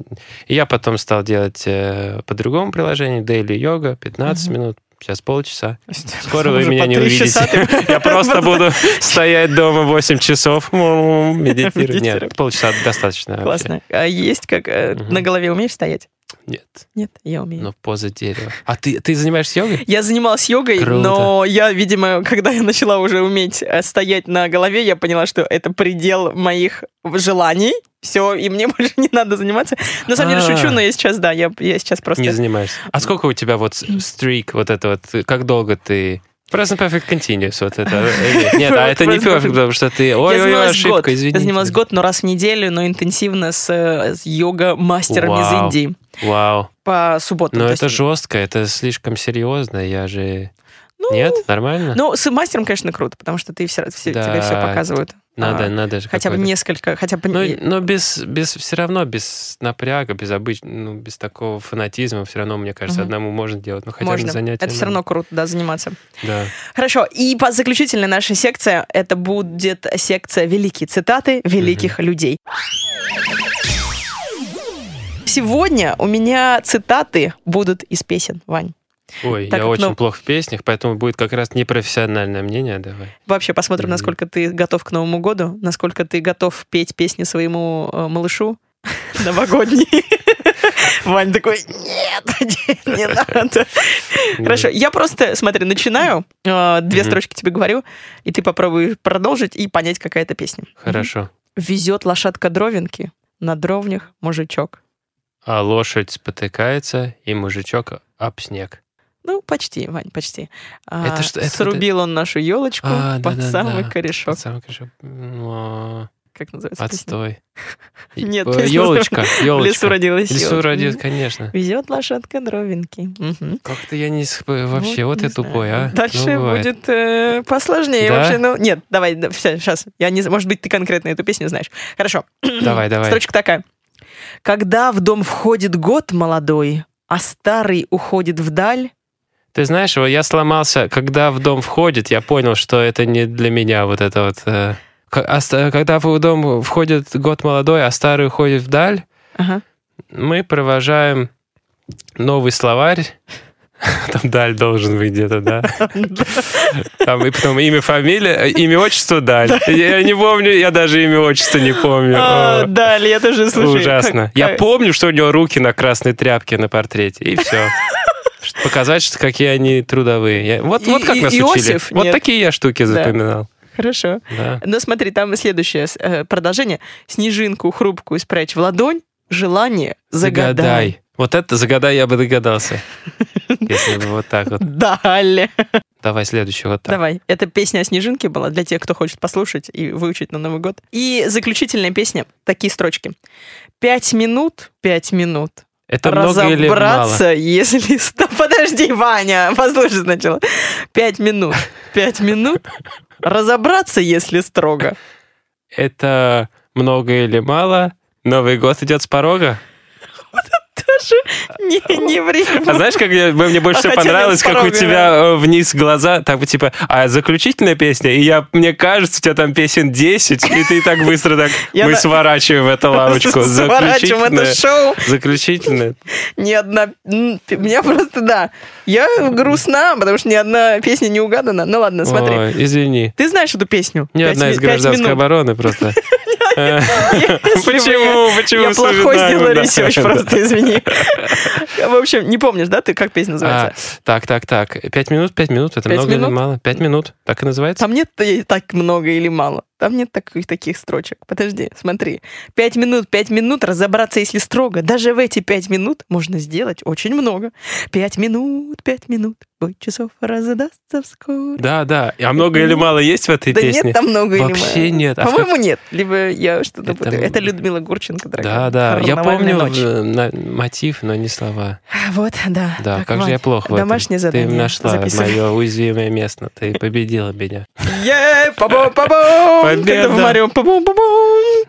Speaker 3: и я потом стал делать э, по другому приложению, Daily Yoga, 15
Speaker 2: Мгм.
Speaker 3: минут, сейчас полчаса. Скоро
Speaker 2: Скоро
Speaker 3: вы меня не увидите. Я просто буду стоять дома 8 часов, м, медитировать. Нет,
Speaker 2: Медитировать.
Speaker 3: полчаса достаточно. вообще.
Speaker 2: Классно. А есть как э,
Speaker 3: Мгм.
Speaker 2: на голове умеешь стоять?
Speaker 3: Нет,
Speaker 2: Нет, я умею.
Speaker 3: ну поза дерева. А ты, ты занимаешься йогой?
Speaker 2: Я занималась йогой,
Speaker 3: Круто.
Speaker 2: но я, видимо, когда я начала уже уметь э, стоять на голове, я поняла, что это предел моих желаний. Все, и мне больше не надо заниматься. На самом
Speaker 3: А.
Speaker 2: деле шучу, но я сейчас, да, я, я сейчас просто...
Speaker 3: Не занимаешься. А сколько у тебя вот с- стрик, вот это вот, как долго ты... Present Perfect Continuous, вот это. э, нет. Нет, а
Speaker 2: Вот
Speaker 3: это не
Speaker 2: Present
Speaker 3: perfect,
Speaker 2: Perfect.
Speaker 3: потому что ты...
Speaker 2: я
Speaker 3: Ой-ой-ой,
Speaker 2: занималась год.
Speaker 3: ошибка, извините.
Speaker 2: Я занималась год, но раз в неделю, но интенсивно с, э, с йога-мастером из
Speaker 3: Вау.
Speaker 2: Индии
Speaker 3: Вау.
Speaker 2: по субботам.
Speaker 3: Но
Speaker 2: Ну, То
Speaker 3: это
Speaker 2: есть-
Speaker 3: жестко, это слишком серьезно, я же...
Speaker 2: Ну,
Speaker 3: Нет, нормально?
Speaker 2: Ну, с мастером, конечно, круто, потому что ты все, все-
Speaker 3: Да.
Speaker 2: тебе все показывают.
Speaker 3: Надо,
Speaker 2: А,
Speaker 3: надо же
Speaker 2: хотя бы
Speaker 3: какой-то-
Speaker 2: несколько, хотя бы...
Speaker 3: Но,
Speaker 2: и-
Speaker 3: но Ну без, без, все равно без напряга, без обыч... ну, без такого фанатизма, все равно, мне кажется,
Speaker 2: Мгм.
Speaker 3: одному можно делать. Ну, хотя бы
Speaker 2: Можно.
Speaker 3: на занятия.
Speaker 2: Это все равно
Speaker 3: надо.
Speaker 2: круто, да, заниматься.
Speaker 3: Да.
Speaker 2: Хорошо, и по заключительная наша секция, это будет секция «Великие цитаты великих людей». Сегодня у меня цитаты будут из песен, Вань.
Speaker 3: Ой,
Speaker 2: Так
Speaker 3: я
Speaker 2: как,
Speaker 3: очень
Speaker 2: ну-
Speaker 3: плох в песнях, поэтому будет как раз непрофессиональное мнение. Давай.
Speaker 2: Вообще посмотрим,
Speaker 3: Мгм.
Speaker 2: насколько ты готов к Новому году, насколько ты готов петь песни своему э, малышу новогодний. Вань такой, нет, не надо. Хорошо, я просто, смотри, начинаю, э, две
Speaker 3: Мгм.
Speaker 2: строчки тебе говорю, и ты попробуешь продолжить и понять, какая это песня.
Speaker 3: Хорошо.
Speaker 2: Везет лошадка дровинки, на дровнях мужичок.
Speaker 3: А лошадь спотыкается, и мужичок об снег.
Speaker 2: Ну, почти, Вань, почти. А,
Speaker 3: Это что- это-
Speaker 2: Срубил он нашу елочку
Speaker 3: А,
Speaker 2: под
Speaker 3: да-да-да.
Speaker 2: самый корешок.
Speaker 3: Вот самый кошек. Ну, а,
Speaker 2: Как называется песня?
Speaker 3: Отстой.
Speaker 2: Нет, песня
Speaker 3: елочка.
Speaker 2: В лесу
Speaker 3: Елочка.
Speaker 2: родилась
Speaker 3: В лесу
Speaker 2: елочка.
Speaker 3: родит,
Speaker 2: Мгм.
Speaker 3: конечно.
Speaker 2: Везет лошадка дровинки. Мгм.
Speaker 3: Как-то я не сп- вообще,
Speaker 2: Ну
Speaker 3: вот
Speaker 2: не знаю.
Speaker 3: я тупой, а. Ну,
Speaker 2: Дальше
Speaker 3: бывает.
Speaker 2: будет э, посложнее.
Speaker 3: Да?
Speaker 2: Вообще, ну, нет, давай, сейчас. Я не, з- может быть, ты конкретно эту песню знаешь. Хорошо.
Speaker 3: Давай, давай.
Speaker 2: Строчка такая. Когда в дом входит год молодой, а старый уходит вдаль.
Speaker 3: Ты знаешь, вот я сломался, когда в дом входит, я понял, что это не для меня вот это вот. э, к- а ст- Когда в дом входит год молодой, а старый уходит вдаль,
Speaker 2: Ага.
Speaker 3: мы провожаем новый словарь. Там даль должен быть где-то, да. Там и потом имя, фамилия, э, имя, отчество, даль. Я не помню, я даже имя, отчество не помню.
Speaker 2: А,
Speaker 3: О,
Speaker 2: Далее, я тоже слышу.
Speaker 3: Ужасно.
Speaker 2: Как-
Speaker 3: Я
Speaker 2: как-
Speaker 3: помню, что у него руки на красной тряпке на портрете, и все. Показать, что какие они трудовые. Я- Вот,
Speaker 2: И-
Speaker 3: вот как
Speaker 2: и-
Speaker 3: нас учили.
Speaker 2: Иосиф?
Speaker 3: Вот
Speaker 2: Нет.
Speaker 3: такие я штуки запоминал.
Speaker 2: Хорошо.
Speaker 3: Да.
Speaker 2: Но Ну, смотри, там и следующее э, продолжение. Снежинку хрупкую спрячь в ладонь, желание загадай.
Speaker 3: Вот это загадай, я бы догадался. Если бы вот так вот.
Speaker 2: Далее.
Speaker 3: Давай следующий вот так.
Speaker 2: Давай. Это песня о снежинке была для тех, кто хочет послушать и выучить на Новый год. И заключительная песня. Такие строчки. Пять минут, пять минут.
Speaker 3: Это много или мало?
Speaker 2: разобраться, если... Стоп, подожди, Ваня, послушай сначала. Пять минут, пять минут. Разобраться, если строго.
Speaker 3: Это много или мало? Новый год идет с порога?
Speaker 2: Даже не, не время.
Speaker 3: А знаешь, как я- мне больше
Speaker 2: Хотя
Speaker 3: всего
Speaker 2: нет,
Speaker 3: понравилось,
Speaker 2: с
Speaker 3: как у
Speaker 2: порога,
Speaker 3: тебя э, вниз глаза, так типа, а заключительная песня, и я, мне кажется, у тебя там песен 10, и ты так быстро так,
Speaker 2: Я
Speaker 3: мы
Speaker 2: на-
Speaker 3: сворачиваем эту лавочку.
Speaker 2: Сворачиваем это
Speaker 3: Заключительная.
Speaker 2: шоу.
Speaker 3: Заключительная.
Speaker 2: Ни одна... м, пи- Меня просто, да. Я грустна, потому что ни одна песня не угадана. Ну ладно, смотри.
Speaker 3: Ой, извини.
Speaker 2: Ты знаешь эту песню?
Speaker 3: Ни
Speaker 2: Пять
Speaker 3: одна
Speaker 2: ми-
Speaker 3: из
Speaker 2: пять
Speaker 3: гражданской
Speaker 2: минут.
Speaker 3: обороны просто. Э,
Speaker 2: Если бы
Speaker 3: Почему?
Speaker 2: Я,
Speaker 3: Почему?
Speaker 2: я плохой
Speaker 3: вспоминаем,
Speaker 2: сделала
Speaker 3: да,
Speaker 2: ресерч,
Speaker 3: да.
Speaker 2: просто извини. В общем, не помнишь, да, ты как песня
Speaker 3: А,
Speaker 2: называется?
Speaker 3: Так, так, так. Пять минут, пять минут. Это
Speaker 2: Пять
Speaker 3: много или
Speaker 2: минут?
Speaker 3: мало? Пять минут. Так и называется?
Speaker 2: Там нет и так много или мало. Там нет таких, таких строчек. Подожди, смотри. Пять минут, пять минут разобраться, если строго. Даже в эти пять минут можно сделать очень много. Пять минут, пять минут, бой часов раздастся вскоре.
Speaker 3: Да, да. А много или мало есть в этой
Speaker 2: Да
Speaker 3: песне?
Speaker 2: нет там много или
Speaker 3: Вообще
Speaker 2: мало.
Speaker 3: нет. А в
Speaker 2: По-моему, нет. Либо я что-то
Speaker 3: Это-
Speaker 2: это... Это Людмила Гурченко,
Speaker 3: Да,
Speaker 2: дорогая.
Speaker 3: да. Я
Speaker 2: «Карнавальная
Speaker 3: помню
Speaker 2: ночь».
Speaker 3: э, на- мотив, но не слова.
Speaker 2: А, Вот, да.
Speaker 3: Да,
Speaker 2: Так,
Speaker 3: как же
Speaker 2: Вань,
Speaker 3: я плохо в этом.
Speaker 2: Домашнее
Speaker 3: Ты
Speaker 2: задание.
Speaker 3: нашла
Speaker 2: записывай.
Speaker 3: мое уязвимое место. Ты победила меня.
Speaker 2: Е, па-бум, па-бум,
Speaker 3: Победа.
Speaker 2: Как-то в Марио. Па-бум, па-бум.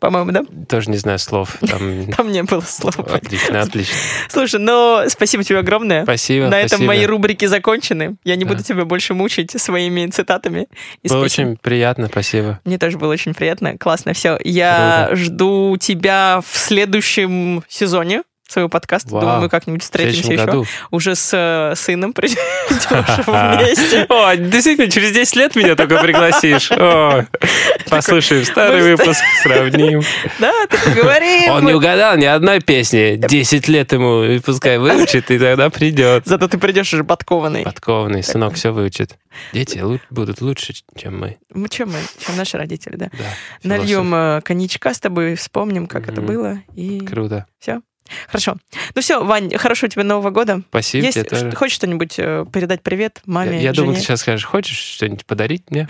Speaker 2: по-моему, да?
Speaker 3: Тоже не знаю слов. Там...
Speaker 2: Там не было слова.
Speaker 3: Отлично, отлично.
Speaker 2: Слушай, ну, спасибо тебе огромное.
Speaker 3: А. Спасибо.
Speaker 2: На этом
Speaker 3: спасибо.
Speaker 2: мои рубрики закончены. Я не
Speaker 3: Да.
Speaker 2: буду тебя больше мучить своими цитатами. И
Speaker 3: Было
Speaker 2: спасибо.
Speaker 3: очень приятно, спасибо.
Speaker 2: Мне тоже было очень приятно. Классно все. Я
Speaker 3: Круто.
Speaker 2: жду тебя в следующем сезоне своего подкаста.
Speaker 3: Вау.
Speaker 2: Думаю, мы как-нибудь
Speaker 3: В
Speaker 2: встретимся
Speaker 3: следующем
Speaker 2: еще.
Speaker 3: году.
Speaker 2: Уже с э, сыном придешь вместе.
Speaker 3: О, действительно, через 10 лет меня только пригласишь. О, Послушаем старый
Speaker 2: мы-
Speaker 3: выпуск, сравним.
Speaker 2: Да, ты поговорим.
Speaker 3: Он не угадал ни одной песни. 10 лет ему, и пускай выучит, и тогда придет.
Speaker 2: Зато ты придешь уже подкованный.
Speaker 3: Подкованный сынок все выучит. Дети лу- будут лучше, чем мы.
Speaker 2: Мы чем мы? Чем наши родители, да?
Speaker 3: Да,
Speaker 2: Нальем э, коньячка с тобой, вспомним, как это
Speaker 3: Мгм.
Speaker 2: было. И
Speaker 3: философ. Круто.
Speaker 2: хорошо. Ну все, Вань, хорошего тебе Нового года.
Speaker 3: Спасибо
Speaker 2: Есть
Speaker 3: тебе
Speaker 2: ш-
Speaker 3: тоже.
Speaker 2: хочешь что-нибудь э, передать привет
Speaker 3: Я,
Speaker 2: маме?
Speaker 3: я думал, ты
Speaker 2: жене?
Speaker 3: сейчас скажешь, хочешь что-нибудь подарить мне?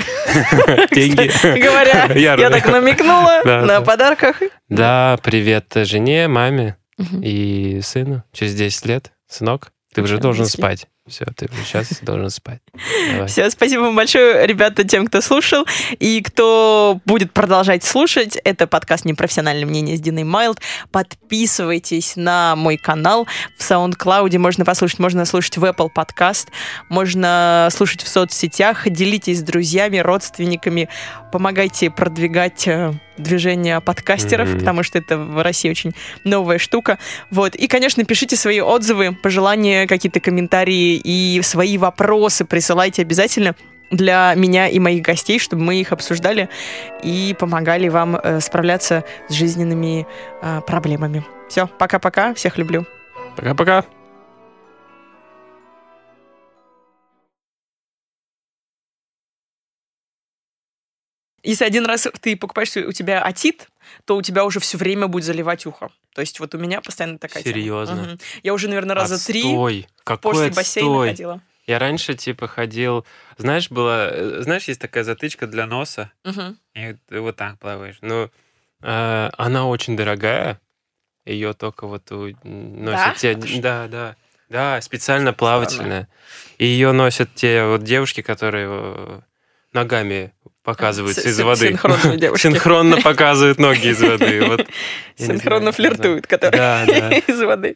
Speaker 3: Деньги.
Speaker 2: Кстати говоря,
Speaker 3: Я
Speaker 2: я так намекнула
Speaker 3: Да,
Speaker 2: на
Speaker 3: да.
Speaker 2: подарках.
Speaker 3: Да, привет жене, маме
Speaker 2: Мгм.
Speaker 3: и сыну. Через 10 лет, сынок, ты уже
Speaker 2: Отлично,
Speaker 3: должен
Speaker 2: мысли.
Speaker 3: спать. Все, ты уже сейчас должен спать. Давай.
Speaker 2: Все, спасибо вам большое, ребята, тем, кто слушал и кто будет продолжать слушать. Это подкаст «Непрофессиональное мнение» с Диной Майлд. Подписывайтесь на мой канал в SoundCloud. Можно послушать, можно слушать в Apple подкаст, можно слушать в соцсетях. Делитесь с друзьями, родственниками. Помогайте продвигать э, движение подкастеров,
Speaker 3: Мгм.
Speaker 2: потому что это в России очень новая штука. Вот. И, конечно, пишите свои отзывы, пожелания, какие-то комментарии и свои вопросы присылайте обязательно для меня и моих гостей, чтобы мы их обсуждали и помогали вам э, справляться с жизненными э, проблемами. Все, пока-пока, всех люблю.
Speaker 3: Пока-пока.
Speaker 2: Если один раз ты покупаешь, у тебя отит, то у тебя уже все время будет заливать ухо. То есть вот у меня постоянно такая тема.
Speaker 3: Серьезно?
Speaker 2: Мгм. Я уже, наверное, раза три
Speaker 3: Отстой. Какой
Speaker 2: после бассейна
Speaker 3: отстой.
Speaker 2: ходила.
Speaker 3: Я раньше, типа, ходил... Знаешь, было... э, Знаешь, есть такая затычка для носа,
Speaker 2: Мгм.
Speaker 3: и ты вот так плаваешь. Ну, э, она очень дорогая. Ее только вот у- носят те... Да, да. Да, специально плавательная. И ее носят те вот девушки, которые э, ногами показываются
Speaker 2: С-
Speaker 3: из
Speaker 2: син-
Speaker 3: воды.
Speaker 2: синхронные девушки.
Speaker 3: Синхронно показывают ноги из воды. Вот, я не
Speaker 2: Синхронно
Speaker 3: знаю, как это
Speaker 2: флиртуют, которые
Speaker 3: Да, да.
Speaker 2: из воды.